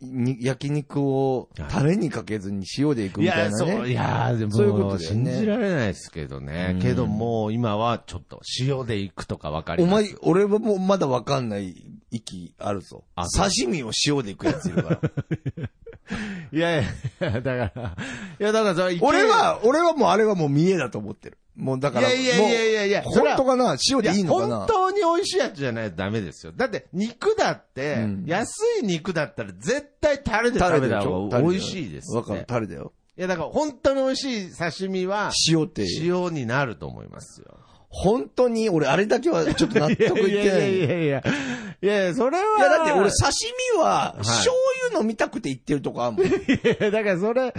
[SPEAKER 1] に焼肉をタレにかけずに塩でいく
[SPEAKER 2] い
[SPEAKER 1] みたい
[SPEAKER 2] や、
[SPEAKER 1] な
[SPEAKER 2] そう、い
[SPEAKER 1] ね。
[SPEAKER 2] や、でも、
[SPEAKER 1] そういうことだよね
[SPEAKER 2] 信じられないですけどね。
[SPEAKER 1] うん
[SPEAKER 2] けどもう、今はちょっと、塩で行くとかわかり
[SPEAKER 1] お
[SPEAKER 2] ます。
[SPEAKER 1] 前、俺はもうまだわかんない息あるぞ。
[SPEAKER 2] あそう
[SPEAKER 1] 刺身を塩でいくやついる から。
[SPEAKER 2] いやいや、だから、いや、だからそれ、
[SPEAKER 1] 俺、は、俺はもうあれはもう見えだと思ってる。もうだから、
[SPEAKER 2] いやいやいやいやいや、
[SPEAKER 1] もう
[SPEAKER 2] そ
[SPEAKER 1] 本
[SPEAKER 2] れは
[SPEAKER 1] 当かな塩
[SPEAKER 2] いや
[SPEAKER 1] でいいのかな
[SPEAKER 2] 本当に美味しいやつじゃないとダメですよ。だって、肉だって、
[SPEAKER 1] うん
[SPEAKER 2] 安い肉だったら絶対タレで食べた方が美味しいです、
[SPEAKER 1] わかる
[SPEAKER 2] ね。。
[SPEAKER 1] タレだよ。
[SPEAKER 2] いや、だから本当に美味しい刺身は、
[SPEAKER 1] 塩って。
[SPEAKER 2] 塩になると思いますよ。
[SPEAKER 1] 本当に、俺あれだけはちょっと納得いってない。いや
[SPEAKER 2] いやいや。いやいや、それは。
[SPEAKER 1] だって俺刺身は、
[SPEAKER 2] い
[SPEAKER 1] 醤油飲みたくて言ってるとこあるもん。
[SPEAKER 2] いやだからそれ、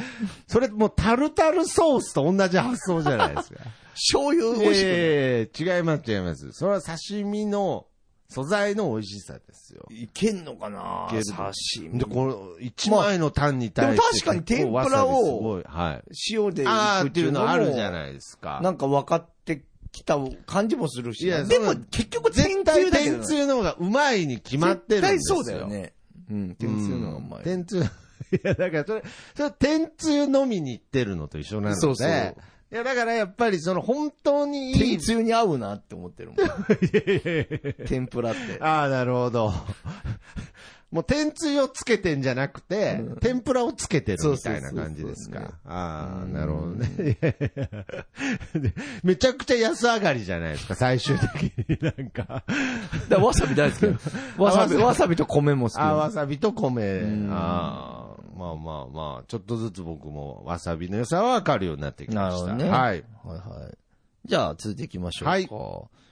[SPEAKER 2] それもうタルタルソースと同じ発想じゃないですか。
[SPEAKER 1] 醤油
[SPEAKER 2] い
[SPEAKER 1] 美
[SPEAKER 2] や
[SPEAKER 1] 味しくない
[SPEAKER 2] いやいや違います違います。それは刺身の素材の美味しさですよ。
[SPEAKER 1] いけんのかない
[SPEAKER 2] ける
[SPEAKER 1] 刺身。
[SPEAKER 2] で、この、一枚のタンに対して、
[SPEAKER 1] まあでも確かに
[SPEAKER 2] 結構
[SPEAKER 1] 天ぷらを
[SPEAKER 2] わさびすごいはい。
[SPEAKER 1] 塩でい
[SPEAKER 2] あ
[SPEAKER 1] く
[SPEAKER 2] ーっていうの
[SPEAKER 1] も
[SPEAKER 2] あるじゃないですか。
[SPEAKER 1] なんか分かってきた感じもするし。
[SPEAKER 2] いや
[SPEAKER 1] で
[SPEAKER 2] そ
[SPEAKER 1] も
[SPEAKER 2] う
[SPEAKER 1] 結局
[SPEAKER 2] 絶
[SPEAKER 1] 天つゆ
[SPEAKER 2] 対
[SPEAKER 1] だけど
[SPEAKER 2] 天つゆの方がうまいに決まってるんですよ。
[SPEAKER 1] 絶対そうだよね。うん、
[SPEAKER 2] う
[SPEAKER 1] 天
[SPEAKER 2] ん。
[SPEAKER 1] つゆの方がうまい。
[SPEAKER 2] 天つゆ。い や、だからそれ、それ天つゆ飲みに行ってるのと一緒なので。
[SPEAKER 1] そうそう
[SPEAKER 2] いや、だからやっぱりその本当にい
[SPEAKER 1] 天。
[SPEAKER 2] い
[SPEAKER 1] つゆに合うなって思 ってるもん。天ぷらって。
[SPEAKER 2] ああ、なる ほど。もう天つゆをつけてんじゃなくて、天ぷらをつけてるみたいな感じです
[SPEAKER 1] そうそう
[SPEAKER 2] か。ああ、なるほどね。いやいやいやでめちゃくちゃ安上がりじゃないですか、最終的になんか。
[SPEAKER 1] だからわさび大好きよ。わさび、
[SPEAKER 2] あわさび
[SPEAKER 1] わさびと米も好き
[SPEAKER 2] あー
[SPEAKER 1] よ。
[SPEAKER 2] わさびと米
[SPEAKER 1] ん。
[SPEAKER 2] あーまあまあまあ、ちょっとずつ僕もわさびの良さはわかるようになってきまし
[SPEAKER 1] な
[SPEAKER 2] た。
[SPEAKER 1] るほどね
[SPEAKER 2] はい。
[SPEAKER 1] はいはい。じゃあ、続いていきましょうか。
[SPEAKER 2] はい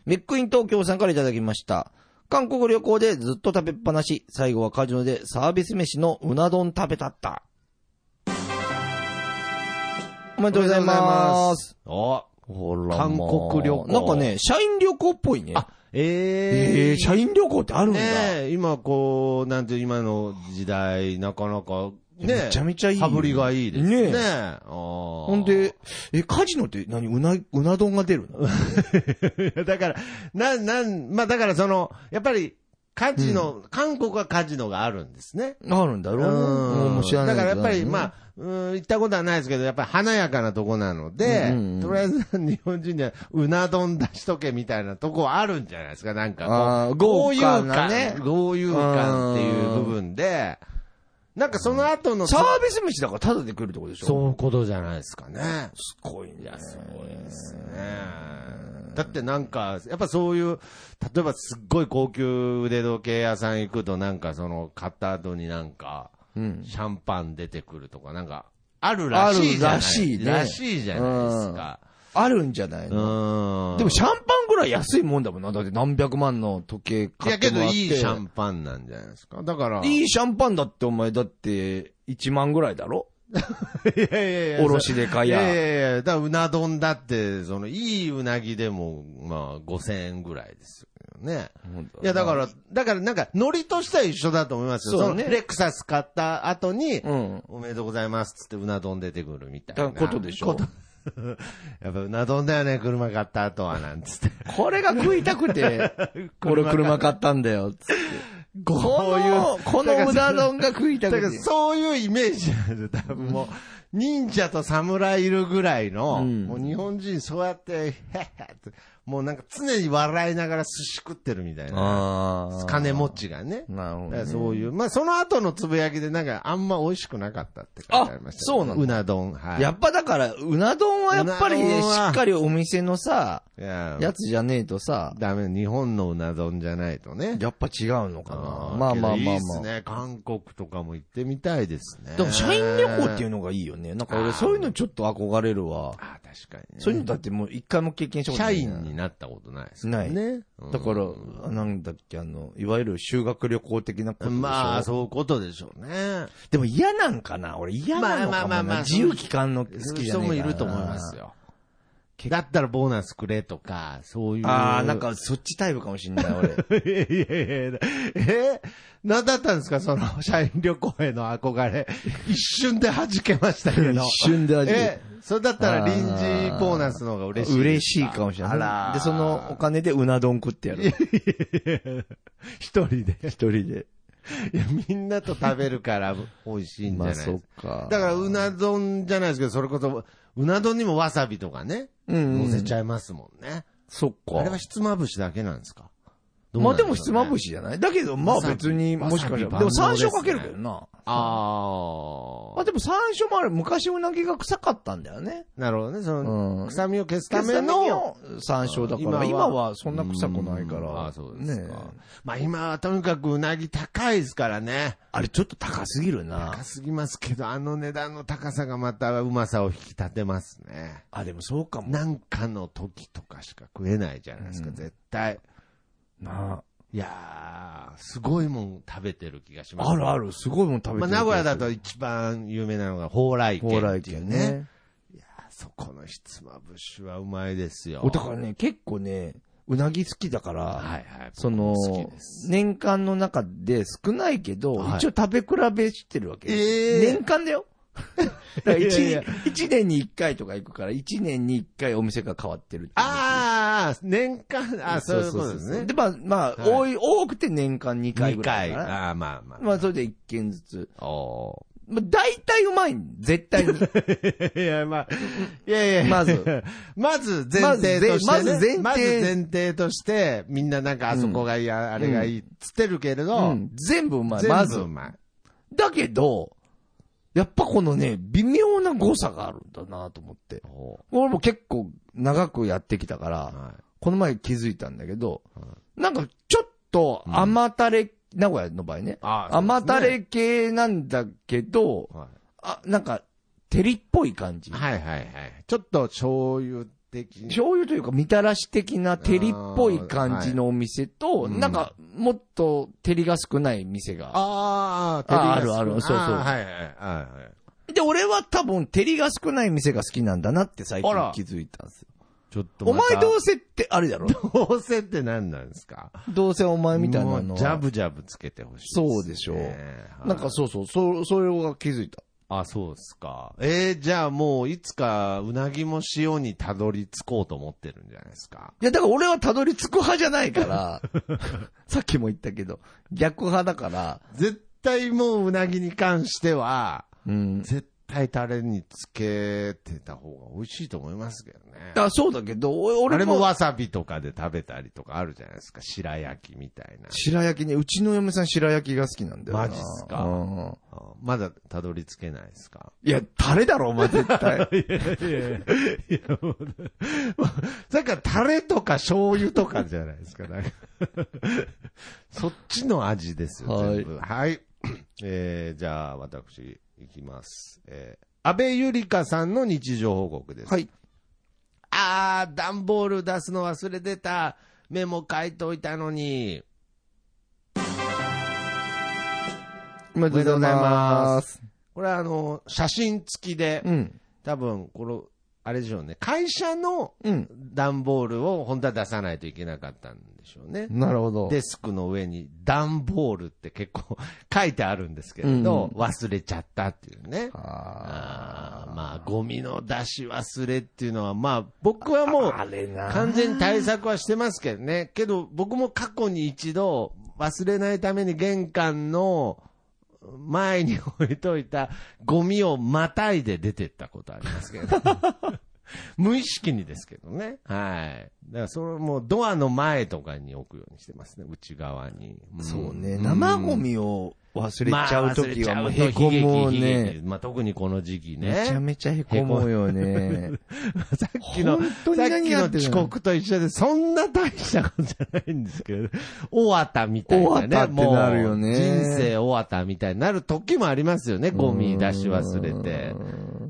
[SPEAKER 1] メックイン東京さんからいただきました。韓国旅行でずっと食べっぱなし、最後はカジノでサービス飯のうな丼食べたった。おめでとうございます。
[SPEAKER 2] お
[SPEAKER 1] ほらまあ
[SPEAKER 2] 韓国旅行
[SPEAKER 1] なんかね、社員旅行っぽいね。
[SPEAKER 2] あ、
[SPEAKER 1] え
[SPEAKER 2] え
[SPEAKER 1] ー、社員旅行ってあるんだ。
[SPEAKER 2] ねえ、今こう、なんて今の時代、なかなか、ね
[SPEAKER 1] めちゃめちゃいいよ
[SPEAKER 2] 羽振りがいいです
[SPEAKER 1] ねえ
[SPEAKER 2] ね。ねあほ
[SPEAKER 1] ほん、で、え、カジノって何うな、うな丼が出るの
[SPEAKER 2] だから、なん、なん、まあだからその、やっぱり、カジノ、韓国はカジノがあるんですね。
[SPEAKER 1] あるんだろう
[SPEAKER 2] うん
[SPEAKER 1] もうもう知らない
[SPEAKER 2] だからやっぱり、ま
[SPEAKER 1] あ、
[SPEAKER 2] あ、うん、行ったことはないですけど、やっぱり華やかなとこなので、
[SPEAKER 1] うんうんうん
[SPEAKER 2] とりあえず 日本人にはうな丼出しとけみたいなとこはあるんじゃないですか、なんかこう
[SPEAKER 1] あー豪華なね
[SPEAKER 2] 豪遊感っていう部分で、なんかその後の、
[SPEAKER 1] サービス飯だからタダで来るってことでしょ
[SPEAKER 2] そういうことじゃないですかね。
[SPEAKER 1] すごいね。すごいですね。
[SPEAKER 2] だってなんか、やっぱそういう、例えばすっごい高級腕時計屋さん行くとなんかその買った後になんか、
[SPEAKER 1] うん。
[SPEAKER 2] シャンパン出てくるとかなんか、あるらしいじゃ
[SPEAKER 1] ある
[SPEAKER 2] ない
[SPEAKER 1] らしいね
[SPEAKER 2] らしいじゃないですか。
[SPEAKER 1] あるんじゃないの
[SPEAKER 2] うん。
[SPEAKER 1] でもシャンパンぐらい安いもんだもんな。だって何百万の時計
[SPEAKER 2] い
[SPEAKER 1] 買
[SPEAKER 2] や
[SPEAKER 1] って
[SPEAKER 2] け
[SPEAKER 1] も
[SPEAKER 2] ど
[SPEAKER 1] らって。
[SPEAKER 2] いいシャンパンなんじゃないですか。だから。
[SPEAKER 1] いいシャンパンだってお前だって1万ぐらいだろ
[SPEAKER 2] いやいやいや。
[SPEAKER 1] おろしで買い
[SPEAKER 2] いやい
[SPEAKER 1] や。、
[SPEAKER 2] やいや、だからうな丼だって、その、いいうなぎでも、まあ、5000円ぐらいですよね。いや、だからら、だからなんか、ノリとしては一緒だと思いますよ。
[SPEAKER 1] そうだ
[SPEAKER 2] そ
[SPEAKER 1] ね
[SPEAKER 2] のレクサス買った後に、
[SPEAKER 1] うん。
[SPEAKER 2] おめでとうございますっつってうな丼出てくるみたい
[SPEAKER 1] だ
[SPEAKER 2] な。
[SPEAKER 1] ことでし
[SPEAKER 2] こ
[SPEAKER 1] ょ
[SPEAKER 2] とやっぱうな丼だよね、車買った後は、なん つって。
[SPEAKER 1] これが食いたく て、俺車買ったんだよ。つってこ
[SPEAKER 2] こういう
[SPEAKER 1] の、このうな丼が食いた
[SPEAKER 2] だ
[SPEAKER 1] く
[SPEAKER 2] か
[SPEAKER 1] て
[SPEAKER 2] ら。そういうイメージなんですよ、多分もう。忍者と侍いるぐらいの、
[SPEAKER 1] うん
[SPEAKER 2] もう日本人そうやって、へっへって、もうなんか常に笑いながら寿司食ってるみたいな。
[SPEAKER 1] ああ。
[SPEAKER 2] 金持。ちがね。
[SPEAKER 1] なるほど、
[SPEAKER 2] だから
[SPEAKER 1] ね。
[SPEAKER 2] そういう、まあその後のつぶやきでなんかあんま美味しくなかったって書いてありました、
[SPEAKER 1] あそうなんだ
[SPEAKER 2] うな丼。はい。
[SPEAKER 1] やっぱだから、うな丼はやっぱり
[SPEAKER 2] うな
[SPEAKER 1] ね、
[SPEAKER 2] 丼は
[SPEAKER 1] しっかりお店のさ、
[SPEAKER 2] いや
[SPEAKER 1] やつじゃねえとさ、
[SPEAKER 2] ダメ、日本のうな丼じゃないとね。
[SPEAKER 1] やっぱ違うのかな。
[SPEAKER 2] ー
[SPEAKER 1] まあまあまあまあ。
[SPEAKER 2] けどいいっすね。韓国とかも行ってみたいですね。
[SPEAKER 1] でも社員旅行っていう
[SPEAKER 2] う。
[SPEAKER 1] のがいいよね。なんか俺そういうのちょっと憧れるわ。
[SPEAKER 2] ああ、確かにね、
[SPEAKER 1] そういうのだってもう一回も経験したこと
[SPEAKER 2] 社
[SPEAKER 1] ないな。
[SPEAKER 2] 員になったことないです
[SPEAKER 1] ない
[SPEAKER 2] ね。
[SPEAKER 1] だから、なんだっけ、あの、いわゆる修学旅行的なことでしょ。
[SPEAKER 2] まあ、そういうことでしょうね。
[SPEAKER 1] でも嫌なんかな俺嫌なのかもな、
[SPEAKER 2] まあまあまあまあ
[SPEAKER 1] 自由期間の好
[SPEAKER 2] 好
[SPEAKER 1] き
[SPEAKER 2] き
[SPEAKER 1] じゃ
[SPEAKER 2] 人
[SPEAKER 1] ねえか
[SPEAKER 2] も
[SPEAKER 1] ない
[SPEAKER 2] ると思います。よ。だったらボーナスくれとか、そういう。
[SPEAKER 1] ああ、なん。かそっちタイプかもしんない、俺。
[SPEAKER 2] いやいやいやいやえなんだったんですかその、社員旅行への 憧れ。一瞬で弾けましたけど。
[SPEAKER 1] 瞬で
[SPEAKER 2] え、それだったら臨時ボーナスの方が 嬉しいですか。
[SPEAKER 1] 嬉しいかもしれない。で、そのお金でうな丼食ってやる。
[SPEAKER 2] 一人で。
[SPEAKER 1] 一人で。
[SPEAKER 2] いや、みんなと食べるから美味しいんじ ゃ
[SPEAKER 1] ま
[SPEAKER 2] ない
[SPEAKER 1] あ、
[SPEAKER 2] ですか。
[SPEAKER 1] そっか。
[SPEAKER 2] だから、うな丼じゃないですけど、それこそ、うな丼にもわさびとかね、
[SPEAKER 1] うん、う
[SPEAKER 2] 乗せ
[SPEAKER 1] ん。
[SPEAKER 2] ちゃいますもんね。
[SPEAKER 1] そっか。
[SPEAKER 2] あれはひつまぶしだけなんですか
[SPEAKER 1] まあでもひつまぶ
[SPEAKER 2] し。
[SPEAKER 1] しじゃないだけど、まあ
[SPEAKER 2] わさび
[SPEAKER 1] 別に、もしかした
[SPEAKER 2] わさび
[SPEAKER 1] ら。
[SPEAKER 2] 万
[SPEAKER 1] でも
[SPEAKER 2] 能
[SPEAKER 1] 山
[SPEAKER 2] ですね
[SPEAKER 1] 椒かけるけどな。
[SPEAKER 2] あ
[SPEAKER 1] あ、
[SPEAKER 2] あ。
[SPEAKER 1] でも山椒もある。昔うなぎが臭かったんだよね。
[SPEAKER 2] なるほどね。そ
[SPEAKER 1] うん
[SPEAKER 2] の、臭みを消すた
[SPEAKER 1] ため
[SPEAKER 2] めの、
[SPEAKER 1] の山椒だから、
[SPEAKER 2] 今は
[SPEAKER 1] 今はそんな臭くないか
[SPEAKER 2] うん
[SPEAKER 1] ら。
[SPEAKER 2] あーそうです
[SPEAKER 1] ね
[SPEAKER 2] か
[SPEAKER 1] え。
[SPEAKER 2] まあ今はとにかくうなぎ高いですからね。
[SPEAKER 1] あれちょっと高すぎるな
[SPEAKER 2] 高。すぎますけど、あの値段の高さがまたうまさを引き立てますね。
[SPEAKER 1] あ、でもそうかも。
[SPEAKER 2] なんかの時とかしか食えないじゃないですか、
[SPEAKER 1] うん
[SPEAKER 2] 絶対。
[SPEAKER 1] ない
[SPEAKER 2] やー、すごいもん食べてる気がします。
[SPEAKER 1] あ。あるある、すごいもん食べて
[SPEAKER 2] まあ、名古屋だと、一番有名なのが蓬莱
[SPEAKER 1] 高
[SPEAKER 2] 軒
[SPEAKER 1] 麗
[SPEAKER 2] っていう
[SPEAKER 1] 軒
[SPEAKER 2] ね。
[SPEAKER 1] ね。
[SPEAKER 2] そこのひつまぶしはうまいですよ。
[SPEAKER 1] おだからね、結構ね、うなぎ好きだから、
[SPEAKER 2] はいはい。
[SPEAKER 1] その
[SPEAKER 2] 僕も好きです、
[SPEAKER 1] 年間の中で少ないけど、
[SPEAKER 2] はい
[SPEAKER 1] 一応食べ比べしてるわけです
[SPEAKER 2] ええ
[SPEAKER 1] 年間 だよ。だから一
[SPEAKER 2] いやいや
[SPEAKER 1] 一年に一回とか行くから、一年に一回お店が変わってるっていう
[SPEAKER 2] あー、年間、あそういうことですね。
[SPEAKER 1] で、まあ、まあ、
[SPEAKER 2] はい
[SPEAKER 1] 多い、多くて年間2回
[SPEAKER 2] 2
[SPEAKER 1] ぐらい
[SPEAKER 2] 回。
[SPEAKER 1] かな。
[SPEAKER 2] あー、まあまあ。
[SPEAKER 1] まあ、それで1軒ずつ。
[SPEAKER 2] お
[SPEAKER 1] まあ、大体うまいん絶対 に。
[SPEAKER 2] ーいや、まあ、いやい や
[SPEAKER 1] まず。
[SPEAKER 2] まず前提として、ね。
[SPEAKER 1] まずぜま
[SPEAKER 2] ま
[SPEAKER 1] ず
[SPEAKER 2] ず
[SPEAKER 1] 前提
[SPEAKER 2] 前提として、みんななんかあそこがいい、あれがいい、つってるけれど、
[SPEAKER 1] うん全部うまい。
[SPEAKER 2] 全部
[SPEAKER 1] まず
[SPEAKER 2] う。まい。
[SPEAKER 1] だけど、やっぱこのね、微妙な誤差があるんだなと思って。俺も結構長くやってきたから、
[SPEAKER 2] は
[SPEAKER 1] この前気づいたんだけど
[SPEAKER 2] は、
[SPEAKER 1] なんかちょっと甘たれ、名古屋の場合ね、
[SPEAKER 2] あー
[SPEAKER 1] 甘たれ系なんだけど
[SPEAKER 2] い、は
[SPEAKER 1] あ、なんか、照りっぽい感じ
[SPEAKER 2] い。はいはいはい。ちょっと醤油的に。
[SPEAKER 1] 醤油というか、みたらし的な照りっぽい感じのお店と、
[SPEAKER 2] はいうん
[SPEAKER 1] なんか、もっと照りが少ない店が。
[SPEAKER 2] あ
[SPEAKER 1] あ
[SPEAKER 2] ー
[SPEAKER 1] ー
[SPEAKER 2] 照りが
[SPEAKER 1] あるある
[SPEAKER 2] 少ない
[SPEAKER 1] そうそう
[SPEAKER 2] あーはいはいはいはい。
[SPEAKER 1] で、俺は多分、照りが少ない店が好きなんだなって最
[SPEAKER 2] あら
[SPEAKER 1] 近気づいたんですよ。
[SPEAKER 2] ちょっと
[SPEAKER 1] お前どう
[SPEAKER 2] せ。
[SPEAKER 1] せって、あれだろ
[SPEAKER 2] どうせって何なんですか
[SPEAKER 1] どうせお前みたいなの
[SPEAKER 2] もう
[SPEAKER 1] は。
[SPEAKER 2] ジャブジャブつけてほしい、
[SPEAKER 1] そうでしょう
[SPEAKER 2] はい
[SPEAKER 1] なんかそうそう、そ、それが気づいた。
[SPEAKER 2] あ、そうですか。えー、じゃあもういつかうなぎも塩にたどり着こうと思ってるんじゃないですか。
[SPEAKER 1] いや、だから俺はたどり着く派じゃないから、 さっきも言ったけど、逆派だから、
[SPEAKER 2] 絶対もううなぎに関しては、
[SPEAKER 1] うん。
[SPEAKER 2] 絶対タレにつけてた方が美味しいと思いますけどね。
[SPEAKER 1] あ、そうだけど、お
[SPEAKER 2] あ
[SPEAKER 1] 俺
[SPEAKER 2] れも
[SPEAKER 1] も、
[SPEAKER 2] わさびとかで食べたりとかあるじゃないですか。白焼きみたいな。
[SPEAKER 1] 白焼きね、うちの嫁さん白焼きが好きなんだよな。
[SPEAKER 2] マジっすか
[SPEAKER 1] うん
[SPEAKER 2] あまだたどり着けないですか
[SPEAKER 1] いや、タレだろ、お前絶 対。
[SPEAKER 2] いやいやいや、もう、だからタレとか醤油とかじゃないですか。なんかそっちの味ですよ、
[SPEAKER 1] はい
[SPEAKER 2] 全部。はい。えー、じゃあ、私、いきます。えー、安倍ゆりかさんの日常報告です。
[SPEAKER 1] はい。
[SPEAKER 2] あー、段ボール出すの忘れてた。メモ書いといたのに。
[SPEAKER 1] おめ。
[SPEAKER 2] でとうございますこれはあの、写真付きで、
[SPEAKER 1] うん。
[SPEAKER 2] 多分、この、あれでしょうね。会社の
[SPEAKER 1] うん。
[SPEAKER 2] 段ボールを本当は出さないといけなかったんでしょうね。
[SPEAKER 1] なるほど。
[SPEAKER 2] デスクの上に段ボールって結構書いてあるんですけれど、
[SPEAKER 1] う
[SPEAKER 2] 忘れちゃったっていうね。
[SPEAKER 1] あ
[SPEAKER 2] あーまあ、ゴミの出し忘れっていうのは、まあ、僕はもう
[SPEAKER 1] あれな。
[SPEAKER 2] 完全に対策はしてますけどね。けど、僕も過去に一度、忘れないために玄関の、前に置いといたゴミをまたいで出てったことありますけど。 無意識にですけどね。はい。だから、それもうドアの前とかに置くようにしてますね。内側に。ん
[SPEAKER 1] そうね。生ゴミを忘れちゃうときはもうへこ
[SPEAKER 2] も
[SPEAKER 1] もうね。。
[SPEAKER 2] まあ、特にこの時期ね。
[SPEAKER 1] めちゃめちゃへこむよ ね。
[SPEAKER 2] さっきの、
[SPEAKER 1] 本
[SPEAKER 2] さ
[SPEAKER 1] 当
[SPEAKER 2] っ
[SPEAKER 1] に何
[SPEAKER 2] き
[SPEAKER 1] や
[SPEAKER 2] の
[SPEAKER 1] ってるの
[SPEAKER 2] 遅刻と一緒で、そんな大したことじゃないんですけど、終わったみたいなね。
[SPEAKER 1] 終わったってなるよね
[SPEAKER 2] もう人生終わったみたいになる時もありますよね、ゴミ出し忘れて。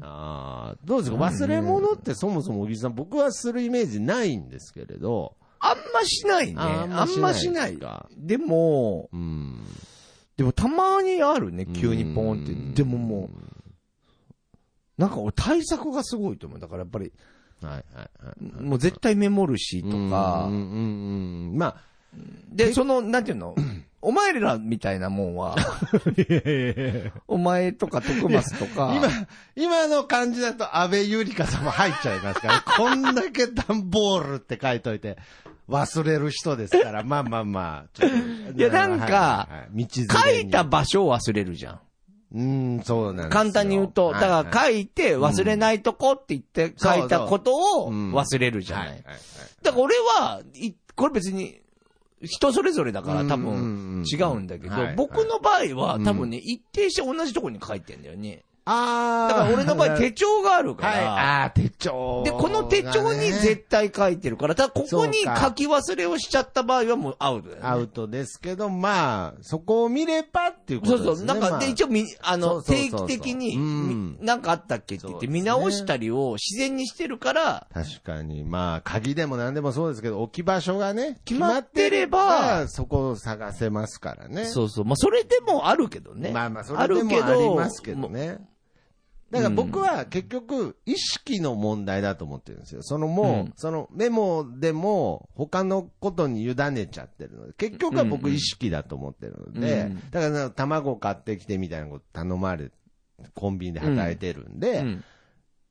[SPEAKER 2] ああ、どうですか忘れ物ってそもそも小木さん、僕はするイメージないんですけれど。
[SPEAKER 1] あんましないね。
[SPEAKER 2] あ
[SPEAKER 1] あ
[SPEAKER 2] ん
[SPEAKER 1] ん
[SPEAKER 2] ま
[SPEAKER 1] ま
[SPEAKER 2] しない
[SPEAKER 1] しない
[SPEAKER 2] ですか。
[SPEAKER 1] でも、
[SPEAKER 2] うん。
[SPEAKER 1] でもたまにあるね、急にポンって
[SPEAKER 2] うん。
[SPEAKER 1] でももう、なんか俺対策がすごいと思う。だからやっぱり、
[SPEAKER 2] はいはいはい。
[SPEAKER 1] もう絶対メモるしと
[SPEAKER 2] うんう
[SPEAKER 1] か、
[SPEAKER 2] んうんうん。まあ、
[SPEAKER 1] で、その、なんていう の、お前らみたいなもんは、お前とか徳松とか、
[SPEAKER 2] 今、今の感じだと安倍ゆりかさんも入っちゃいます から、こんだけ段ボールって書いといて、忘れる人ですから、まあまあまあ。ちょっと
[SPEAKER 1] いやなんか
[SPEAKER 2] はいはいはい道
[SPEAKER 1] 書
[SPEAKER 2] 連れ
[SPEAKER 1] い
[SPEAKER 2] に
[SPEAKER 1] た場所を忘れるじゃん。
[SPEAKER 2] うん、そうなんですよ
[SPEAKER 1] 簡単に言うと、だから
[SPEAKER 2] はい
[SPEAKER 1] 書いて忘れないとこって言って
[SPEAKER 2] うん
[SPEAKER 1] 書いたことを忘れるじゃ
[SPEAKER 2] は
[SPEAKER 1] ないい。
[SPEAKER 2] はいはい
[SPEAKER 1] だから俺は、いこれ別に、人それぞれだから多
[SPEAKER 2] うんうんうん
[SPEAKER 1] 分違うんだけど
[SPEAKER 2] はいはい、
[SPEAKER 1] 僕の場合は
[SPEAKER 2] うん
[SPEAKER 1] 多分ね、一定して同じとこに書いてんだよね。
[SPEAKER 2] あー
[SPEAKER 1] だから俺の場合手帳があるか
[SPEAKER 2] はい、
[SPEAKER 1] ら、
[SPEAKER 2] あー手帳、
[SPEAKER 1] で、この手帳に絶対書いてるから、ただここに
[SPEAKER 2] そうか
[SPEAKER 1] 書き忘れをしちゃった場合はもうアウトだよね。
[SPEAKER 2] アウトですけど、まあ、そこを見ればっていうこ
[SPEAKER 1] そ
[SPEAKER 2] と
[SPEAKER 1] う
[SPEAKER 2] ですね。
[SPEAKER 1] そう、なんか、
[SPEAKER 2] まあ
[SPEAKER 1] で、一応み、あの、
[SPEAKER 2] そうそう
[SPEAKER 1] 定
[SPEAKER 2] そうそ
[SPEAKER 1] 期
[SPEAKER 2] う
[SPEAKER 1] 的に、
[SPEAKER 2] う
[SPEAKER 1] み
[SPEAKER 2] ん
[SPEAKER 1] なんかあったっけって言って、
[SPEAKER 2] そうですね
[SPEAKER 1] 見直したりを自然にしてるから、
[SPEAKER 2] 確かに。まあ、鍵でも何でもそうですけど、置き場所がね、
[SPEAKER 1] 決まってれば
[SPEAKER 2] 決まってればそこを探せますからね。
[SPEAKER 1] そうそう、まあ、それでもあるけどね。
[SPEAKER 2] まあまあ、それでもありますけどね。だから僕は結局、意識の問題だと思ってるんですよ。そのもう、
[SPEAKER 1] うん
[SPEAKER 2] そのメモでも、他のことに委ねちゃってるので、結局は僕意識だと思ってるので、
[SPEAKER 1] うん
[SPEAKER 2] だからなんか卵買ってきてみたいなこと頼まれ、コンビニで働いてるんで、
[SPEAKER 1] うん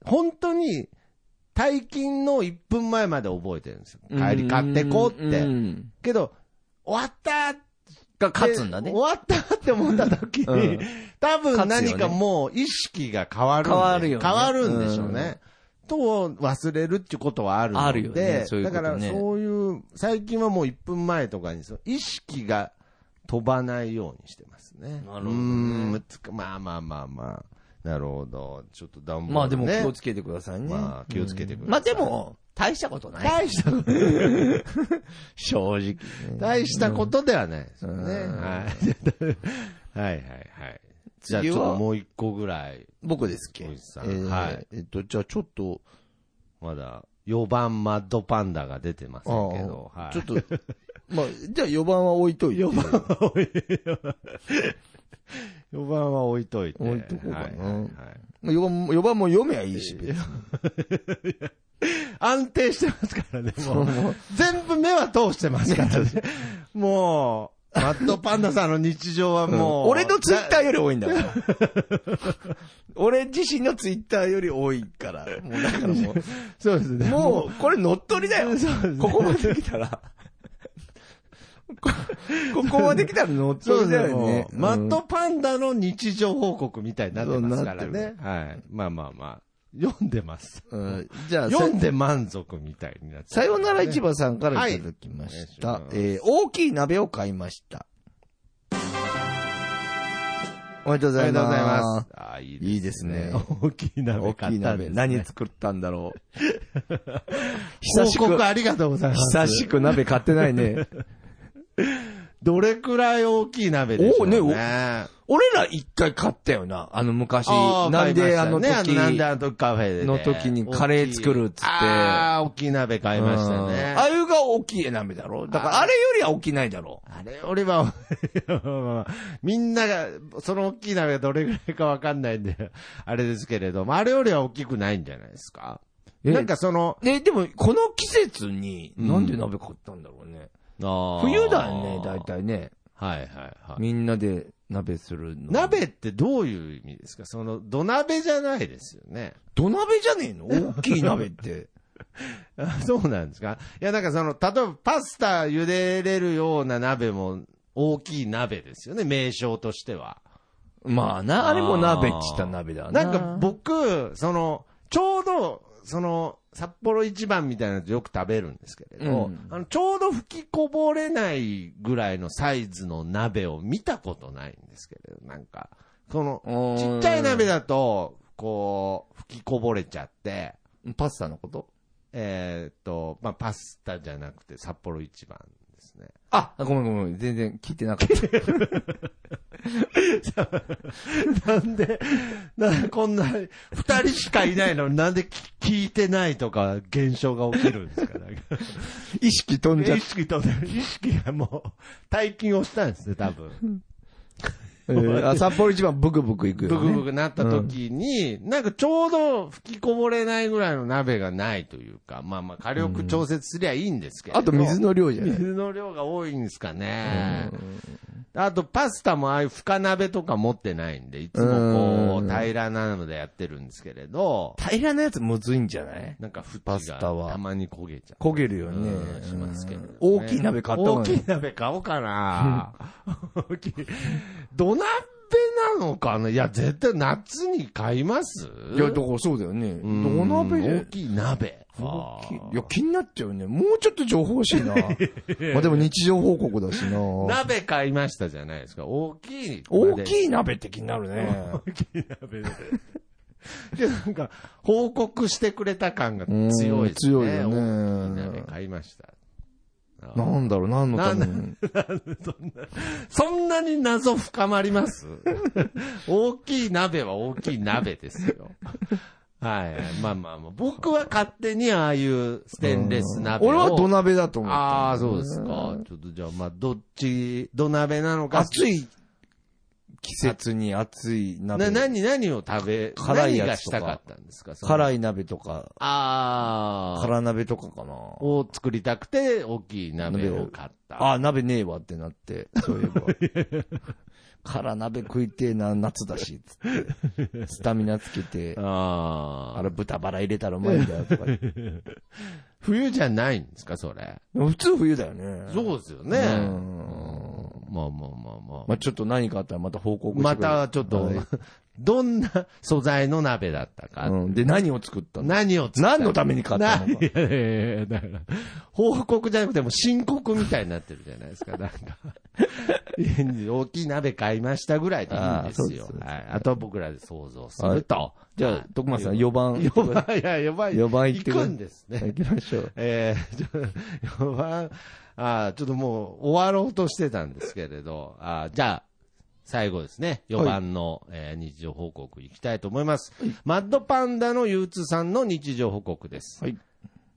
[SPEAKER 2] 本当に、退勤の1分前まで覚えてるんですよ。帰り買ってこうっ
[SPEAKER 1] う
[SPEAKER 2] て。
[SPEAKER 1] ん
[SPEAKER 2] けど、終わったって
[SPEAKER 1] が勝つんだね
[SPEAKER 2] 終。わったって思った時に、
[SPEAKER 1] うん
[SPEAKER 2] 多分
[SPEAKER 1] 勝つ
[SPEAKER 2] 何
[SPEAKER 1] よね
[SPEAKER 2] かもう意識が変わるんで。
[SPEAKER 1] 変わるよね
[SPEAKER 2] 変わるんでしょうね。と、忘れるってことはあるので。
[SPEAKER 1] あるよねそういうこ
[SPEAKER 2] だ
[SPEAKER 1] と
[SPEAKER 2] か
[SPEAKER 1] ね
[SPEAKER 2] らそういう、最近はもう1分前とかに、その意識が飛ばないようにしてますね。
[SPEAKER 1] なるほどね
[SPEAKER 2] うんむつかまあまあまあまあ。なるほど。ちょっとダンボール、ね。
[SPEAKER 1] まあでも気をつけてくださいね。
[SPEAKER 2] まあ気をつけてください
[SPEAKER 1] うんまあでも、大したことない。
[SPEAKER 2] 大したこと、
[SPEAKER 1] 正直ね。
[SPEAKER 2] 大したことではないですよね。
[SPEAKER 1] うん
[SPEAKER 2] はい。はいはいはい。じゃあちょっともう一個ぐらい、
[SPEAKER 1] 僕ですっけ
[SPEAKER 2] おじさん
[SPEAKER 1] えー
[SPEAKER 2] はい
[SPEAKER 1] えっと、じゃあちょっと、
[SPEAKER 2] まだ、4番マッドパンダが出てませんけど、
[SPEAKER 1] あ
[SPEAKER 2] は
[SPEAKER 1] あ
[SPEAKER 2] い。
[SPEAKER 1] ちょっと、まあ、じゃあ4番は置いといて。4番
[SPEAKER 2] 4番は置いといて。
[SPEAKER 1] 置いとこうかな
[SPEAKER 2] はいはいはい
[SPEAKER 1] 4番も、4番も読めばいいし、別に
[SPEAKER 2] 安定してますからね、もう。
[SPEAKER 1] もう
[SPEAKER 2] 全部目は通してますからね。 もう、マッドパンダさんの日常はもう。
[SPEAKER 1] 俺のツイッターより多いんだから。 俺自身のツイッターより多いから。もうだから も
[SPEAKER 2] そうです
[SPEAKER 1] う、
[SPEAKER 2] ね。
[SPEAKER 1] もうこれ乗っ取りだ よ。ここまで来た ら。こ ここまで来たら乗っ
[SPEAKER 2] そ
[SPEAKER 1] 取
[SPEAKER 2] う
[SPEAKER 1] り
[SPEAKER 2] で
[SPEAKER 1] だ
[SPEAKER 2] すね。
[SPEAKER 1] よ
[SPEAKER 2] も
[SPEAKER 1] ね。
[SPEAKER 2] うマッ
[SPEAKER 1] う
[SPEAKER 2] ド
[SPEAKER 1] ん
[SPEAKER 2] パンダの日常報告みたいになってますから
[SPEAKER 1] そうなって
[SPEAKER 2] ね。はい。まあまあまあ。読んでます。
[SPEAKER 1] うんじゃあ、
[SPEAKER 2] 読んで満足みたいになってます
[SPEAKER 1] さ
[SPEAKER 2] ね
[SPEAKER 1] ようなら市場さんからいただきました。
[SPEAKER 2] はい
[SPEAKER 1] えー大きい鍋を買いました。おめでとうござ
[SPEAKER 2] あり
[SPEAKER 1] い
[SPEAKER 2] がとうござい
[SPEAKER 1] ま
[SPEAKER 2] ま
[SPEAKER 1] す。。
[SPEAKER 2] すあーい
[SPEAKER 1] いいですね
[SPEAKER 2] 大きい鍋
[SPEAKER 1] 大
[SPEAKER 2] 買
[SPEAKER 1] きい
[SPEAKER 2] ったん
[SPEAKER 1] 鍋。
[SPEAKER 2] ですね。
[SPEAKER 1] 何作ったんだろう。久
[SPEAKER 2] 報
[SPEAKER 1] しく
[SPEAKER 2] 告、ありがとうございます。
[SPEAKER 1] 久しく鍋買ってないね。
[SPEAKER 2] どれくらい大きい鍋でしょうね。
[SPEAKER 1] おね俺ら一回買ったよな、あの昔。
[SPEAKER 2] あー
[SPEAKER 1] なん
[SPEAKER 2] 買い
[SPEAKER 1] で
[SPEAKER 2] ま
[SPEAKER 1] あ
[SPEAKER 2] した
[SPEAKER 1] の
[SPEAKER 2] ね
[SPEAKER 1] 時、
[SPEAKER 2] なんであの時カフェでね。
[SPEAKER 1] の時にカレー作るっつって
[SPEAKER 2] 大きいああ、大きい鍋買いました
[SPEAKER 1] う
[SPEAKER 2] ね
[SPEAKER 1] ん。あゆが大きい鍋だろだからあれよりは大きないだろ
[SPEAKER 2] あれ、俺は、 みんなが、その大きい鍋がどれぐらいかわかんないんで、あれですけれども、あれよりは大きくないんじゃないですか
[SPEAKER 1] え
[SPEAKER 2] なんかその、
[SPEAKER 1] え、でも、この季節に、
[SPEAKER 2] うん
[SPEAKER 1] なんで鍋買ったんだろうね。
[SPEAKER 2] 冬
[SPEAKER 1] 冬だよね、大。体ね。
[SPEAKER 2] はいはいはい。
[SPEAKER 1] みんなで鍋するの。
[SPEAKER 2] 鍋ってどういう意味ですかその、土鍋じゃないですよね。
[SPEAKER 1] 土鍋じゃねえの大きい鍋って。
[SPEAKER 2] あそうなんですかいや、なんかその、例えばパスタ茹でれるような鍋も、大きい鍋ですよね、名称としては。
[SPEAKER 1] まあな、あれも鍋っちったら鍋だ
[SPEAKER 2] なんか、僕、その、ちょうど、その、札幌一番みたいなのよく食べるんですけれど、
[SPEAKER 1] うん
[SPEAKER 2] あのちょうど吹きこぼれないぐらいのサイズの鍋を見たことないんですけれど、なんか、その、
[SPEAKER 1] 僕
[SPEAKER 2] ちっちゃい鍋だと、こう、吹きこぼれちゃって、
[SPEAKER 1] パスタのこと
[SPEAKER 2] えーっと、まあ、パスタじゃなくて札幌一番 ですね。
[SPEAKER 1] あ、ごめんごめん。全然聞いてなかった。
[SPEAKER 2] なんで、なんこんな、二人しかいないのになんで聞いてないとか現象が起きるんですかなんか
[SPEAKER 1] 意識飛んじゃっ
[SPEAKER 2] 意識と、意識がもう、大金をしたんですね、多分。
[SPEAKER 1] えーあ札幌一番ブクブクいくよ、ね。
[SPEAKER 2] ブクブクなった時に、なんかちょうど吹きこぼれないぐらいの鍋がないというか、まあまあ火力調節すりゃいいんですけど。
[SPEAKER 1] あと水の量じゃない。
[SPEAKER 2] 水の量が多いんですかね。あとパスタもああいう深鍋とか持ってないんで、いつもこ
[SPEAKER 1] う
[SPEAKER 2] うん平らなのでやってるんですけれど、
[SPEAKER 1] 平らなやつむずいんじゃない
[SPEAKER 2] なんか縁
[SPEAKER 1] パス
[SPEAKER 2] が
[SPEAKER 1] タは
[SPEAKER 2] たまに焦げちゃう。
[SPEAKER 1] 焦げるよね
[SPEAKER 2] うん。しますけど、
[SPEAKER 1] うん大きい鍋買ったの
[SPEAKER 2] 大きい鍋買おう かな。大きい。土鍋なのかないや、絶対夏に買います
[SPEAKER 1] いや、だからそうだよね。
[SPEAKER 2] うん
[SPEAKER 1] 土鍋
[SPEAKER 2] 大
[SPEAKER 1] で。
[SPEAKER 2] きい鍋。
[SPEAKER 1] 大きい。い
[SPEAKER 2] あ
[SPEAKER 1] や、気になっちゃうね。もうちょっと情報欲 しいな。まあでも日常報告だしな。
[SPEAKER 2] ー鍋買いましたじゃないですか。大きい。
[SPEAKER 1] 大
[SPEAKER 2] い。
[SPEAKER 1] きい鍋って気になるね。
[SPEAKER 2] 大きい鍋で。で、なんか、報告してくれた感が強いですね。
[SPEAKER 1] うん強いよね
[SPEAKER 2] 大きい鍋買いました。あー
[SPEAKER 1] なんだろう、何のために。
[SPEAKER 2] そんなに謎深まります 大きい鍋は大きい鍋ですよ。はい。まあまあまあ。僕は勝手にああいうステンレス鍋を。
[SPEAKER 1] 俺は土鍋だと思った。
[SPEAKER 2] ああ、そうですか。ちょっとじゃあまあ、どっち、土鍋なのか。
[SPEAKER 1] 暑い季節に暑い鍋。
[SPEAKER 2] な、何、何を食べ、
[SPEAKER 1] 辛いやつとか
[SPEAKER 2] 何がしたかったんですかい。
[SPEAKER 1] 辛い鍋とか、
[SPEAKER 2] ああ。
[SPEAKER 1] 辛鍋とかかな。
[SPEAKER 2] を作りたくて、大きい鍋を買った。
[SPEAKER 1] ああ、鍋ねえわってなって、そういえ ば。辛鍋食いてえな、夏だし、つって。スタミナつけて、
[SPEAKER 2] あ
[SPEAKER 1] あ
[SPEAKER 2] あ。
[SPEAKER 1] れ豚バラ入れたらうまいんだよ、とか。で
[SPEAKER 2] 冬じゃないんですか、それ。
[SPEAKER 1] も普通冬だよね。
[SPEAKER 2] そうですよね。
[SPEAKER 1] うん
[SPEAKER 2] まあまあまあまあ。
[SPEAKER 1] まあちょっと何かあったらまた報告して
[SPEAKER 2] ま
[SPEAKER 1] くれ
[SPEAKER 2] たちょっと、
[SPEAKER 1] はい
[SPEAKER 2] どんな素材の鍋だったか、
[SPEAKER 1] うんで、何を作ったの
[SPEAKER 2] 何を作った
[SPEAKER 1] 何のために買ったのか。
[SPEAKER 2] いやいやいやだから、報告じゃなくてもう申告みたいになってるじゃないですか、 なんか。いや大きい鍋買いましたぐらいでいいんで
[SPEAKER 1] あーそう
[SPEAKER 2] す
[SPEAKER 1] です
[SPEAKER 2] よ。
[SPEAKER 1] そうです
[SPEAKER 2] はい、あとは僕らで想像すると。
[SPEAKER 1] じゃあ、徳松さん4番。
[SPEAKER 2] 呼ば、いや、呼ば、
[SPEAKER 1] 呼ば行っ
[SPEAKER 2] 行
[SPEAKER 1] てくだ
[SPEAKER 2] く
[SPEAKER 1] さい
[SPEAKER 2] んですね。
[SPEAKER 1] 行きましょう。
[SPEAKER 2] えー、 ちょ4番、あーちょっともう終わろうとしてたんですけれど、あーじゃあ、最後ですね、4番の、えー日常報告いきたいと思います。マッドパンダの憂鬱さんの日常報告です。
[SPEAKER 1] はい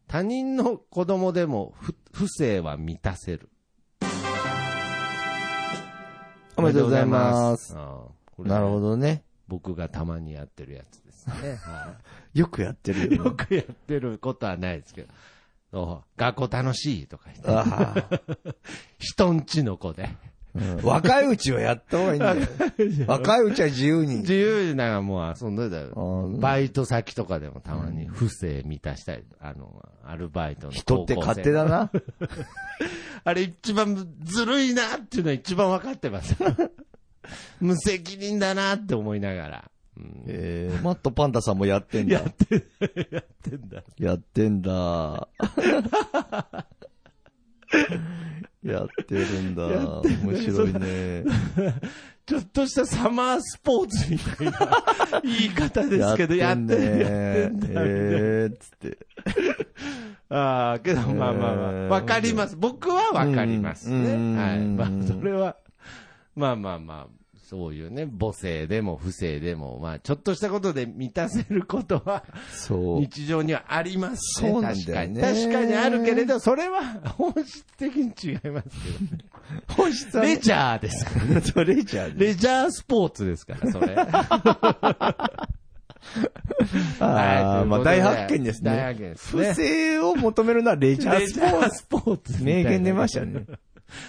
[SPEAKER 2] 他人の子供でも不不正は満たせる。
[SPEAKER 1] おめでとうございます。
[SPEAKER 2] あー。これ
[SPEAKER 1] なるほどね。
[SPEAKER 2] 僕がたまにやってるやつ ですね。はい
[SPEAKER 1] よくやってるよね。
[SPEAKER 2] よくやってることはないですけど。そう学校楽しいとか言って、
[SPEAKER 1] ああ
[SPEAKER 2] 人んちの子で。
[SPEAKER 1] うん若いうちはやった方がいいんだよ。 若いうちは自由に。
[SPEAKER 2] 自由ながもう遊んでたよ。
[SPEAKER 1] あ
[SPEAKER 2] バイト先とかでもたまに不正満たしたり、あの、アルバイトの
[SPEAKER 1] 人って勝手
[SPEAKER 2] だ。
[SPEAKER 1] だな。
[SPEAKER 2] あれ一番ずるいなっていうのは一番分かっ てます。無責任だなって思いながら。うん
[SPEAKER 1] えーマットパンダさんもやってんだ。やってんだ。やってるんだ。面白いね。
[SPEAKER 2] ちょっとしたサマースポーツみたいな言い方ですけど、やって
[SPEAKER 1] ね
[SPEAKER 2] る、やってんだ
[SPEAKER 1] えー、つって。
[SPEAKER 2] ああ、けど、まあまあまあ
[SPEAKER 1] えー、
[SPEAKER 2] わかります。僕はわかります
[SPEAKER 1] う
[SPEAKER 2] ね。
[SPEAKER 1] ん
[SPEAKER 2] はい。
[SPEAKER 1] うん
[SPEAKER 2] まあ、それは、まあまあまあ、そういうね、母性でも不正でも、まあ、ちょっとしたことで満たせることは、
[SPEAKER 1] そう。
[SPEAKER 2] 日常にはありますね。
[SPEAKER 1] そうなんだよね
[SPEAKER 2] 確かに確かにあるけれど、それは本質的に違いますけ
[SPEAKER 1] 本質
[SPEAKER 2] ど。レジャーですから。
[SPEAKER 1] それじゃね。
[SPEAKER 2] レジャースポーツですから、それ。
[SPEAKER 1] あ
[SPEAKER 2] は
[SPEAKER 1] あ、
[SPEAKER 2] い
[SPEAKER 1] まあ大発見ですね。
[SPEAKER 2] 大発見ですね
[SPEAKER 1] 不正を求めるのはレジャー
[SPEAKER 2] レ
[SPEAKER 1] ス
[SPEAKER 2] ジ
[SPEAKER 1] ポー
[SPEAKER 2] ャ
[SPEAKER 1] ツ
[SPEAKER 2] ースポーツ。
[SPEAKER 1] 名言出ましたね。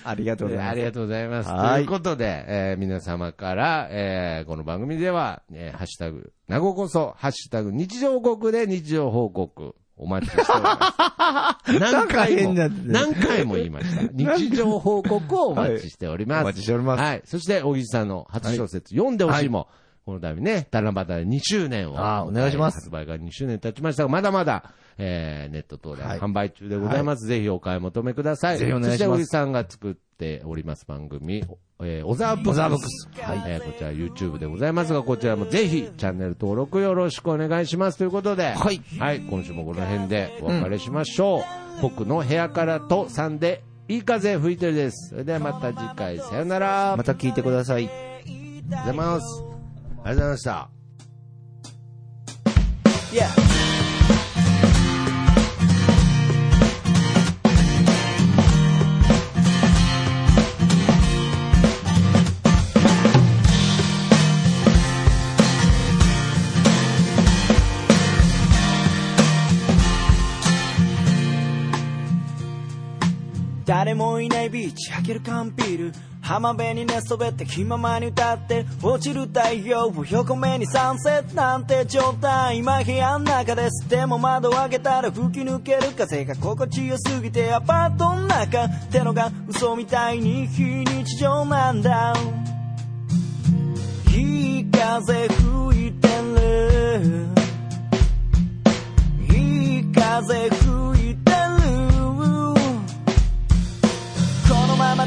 [SPEAKER 1] ありがとうござい
[SPEAKER 2] あ
[SPEAKER 1] ます
[SPEAKER 2] り。がとうございます。
[SPEAKER 1] は
[SPEAKER 2] と
[SPEAKER 1] い
[SPEAKER 2] いうことで、えー皆様から、えーこの番組では、えーハッシュタグ、なごこそ、ハッシュタグ、日常報告で日常報告、お待ちしてお ります。何回も、
[SPEAKER 1] なんか変なやつね
[SPEAKER 2] 何回も言いま した。日常報告をお待ちしております。
[SPEAKER 1] はいお待ちしております
[SPEAKER 2] はい。そして、小木さんの初小説、読んでほしいも、この度ね、ダラバダ2周年を。
[SPEAKER 1] あーお願いします
[SPEAKER 2] 発売が2周年経ちましたが、まだまだ、えー、ネット等で
[SPEAKER 1] はい
[SPEAKER 2] 販売中でございます。ぜひお買い求めください。
[SPEAKER 1] ぜひお願いします
[SPEAKER 2] そして、小木さんが作っております番組、えー、小沢ブックス。
[SPEAKER 1] 小沢ブックスはい
[SPEAKER 2] えーこちら YouTube でございますが、こちらもぜひチャンネル登録よろしくお願いしますということで、
[SPEAKER 1] はい
[SPEAKER 2] はい、今週もこの辺でお別れしましょう。僕の部屋からと3でいい風吹いてるです。それではまた次回、さよなら。
[SPEAKER 1] また聞いてください。
[SPEAKER 2] おはようございます。ありがとうございました。
[SPEAKER 3] 誰もいないビーチ開ける缶ビール浜辺に寝そべって気ままに歌って落ちる太陽を横目にサンセットなんて状態今部屋の中ですでも窓を開けたら吹き抜ける風が心地よすぎてアパートの中ってのが嘘みたいに非日常なんだいい風吹いてるいい風吹いてるこのまま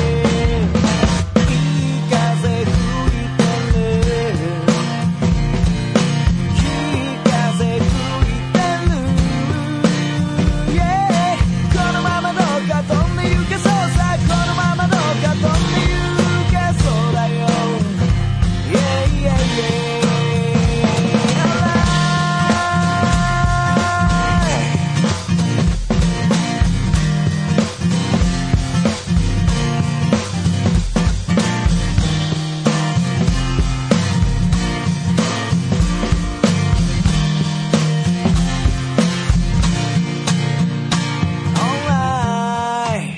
[SPEAKER 3] いい風吹いてるいい風吹いてる Yeah このままどうか飛んで行けそうさこのままどうか飛んで行けそうだよ Yeah yeah yeah Alright オンライン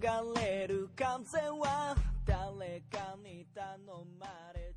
[SPEAKER 3] 流れる風は誰かに頼まれて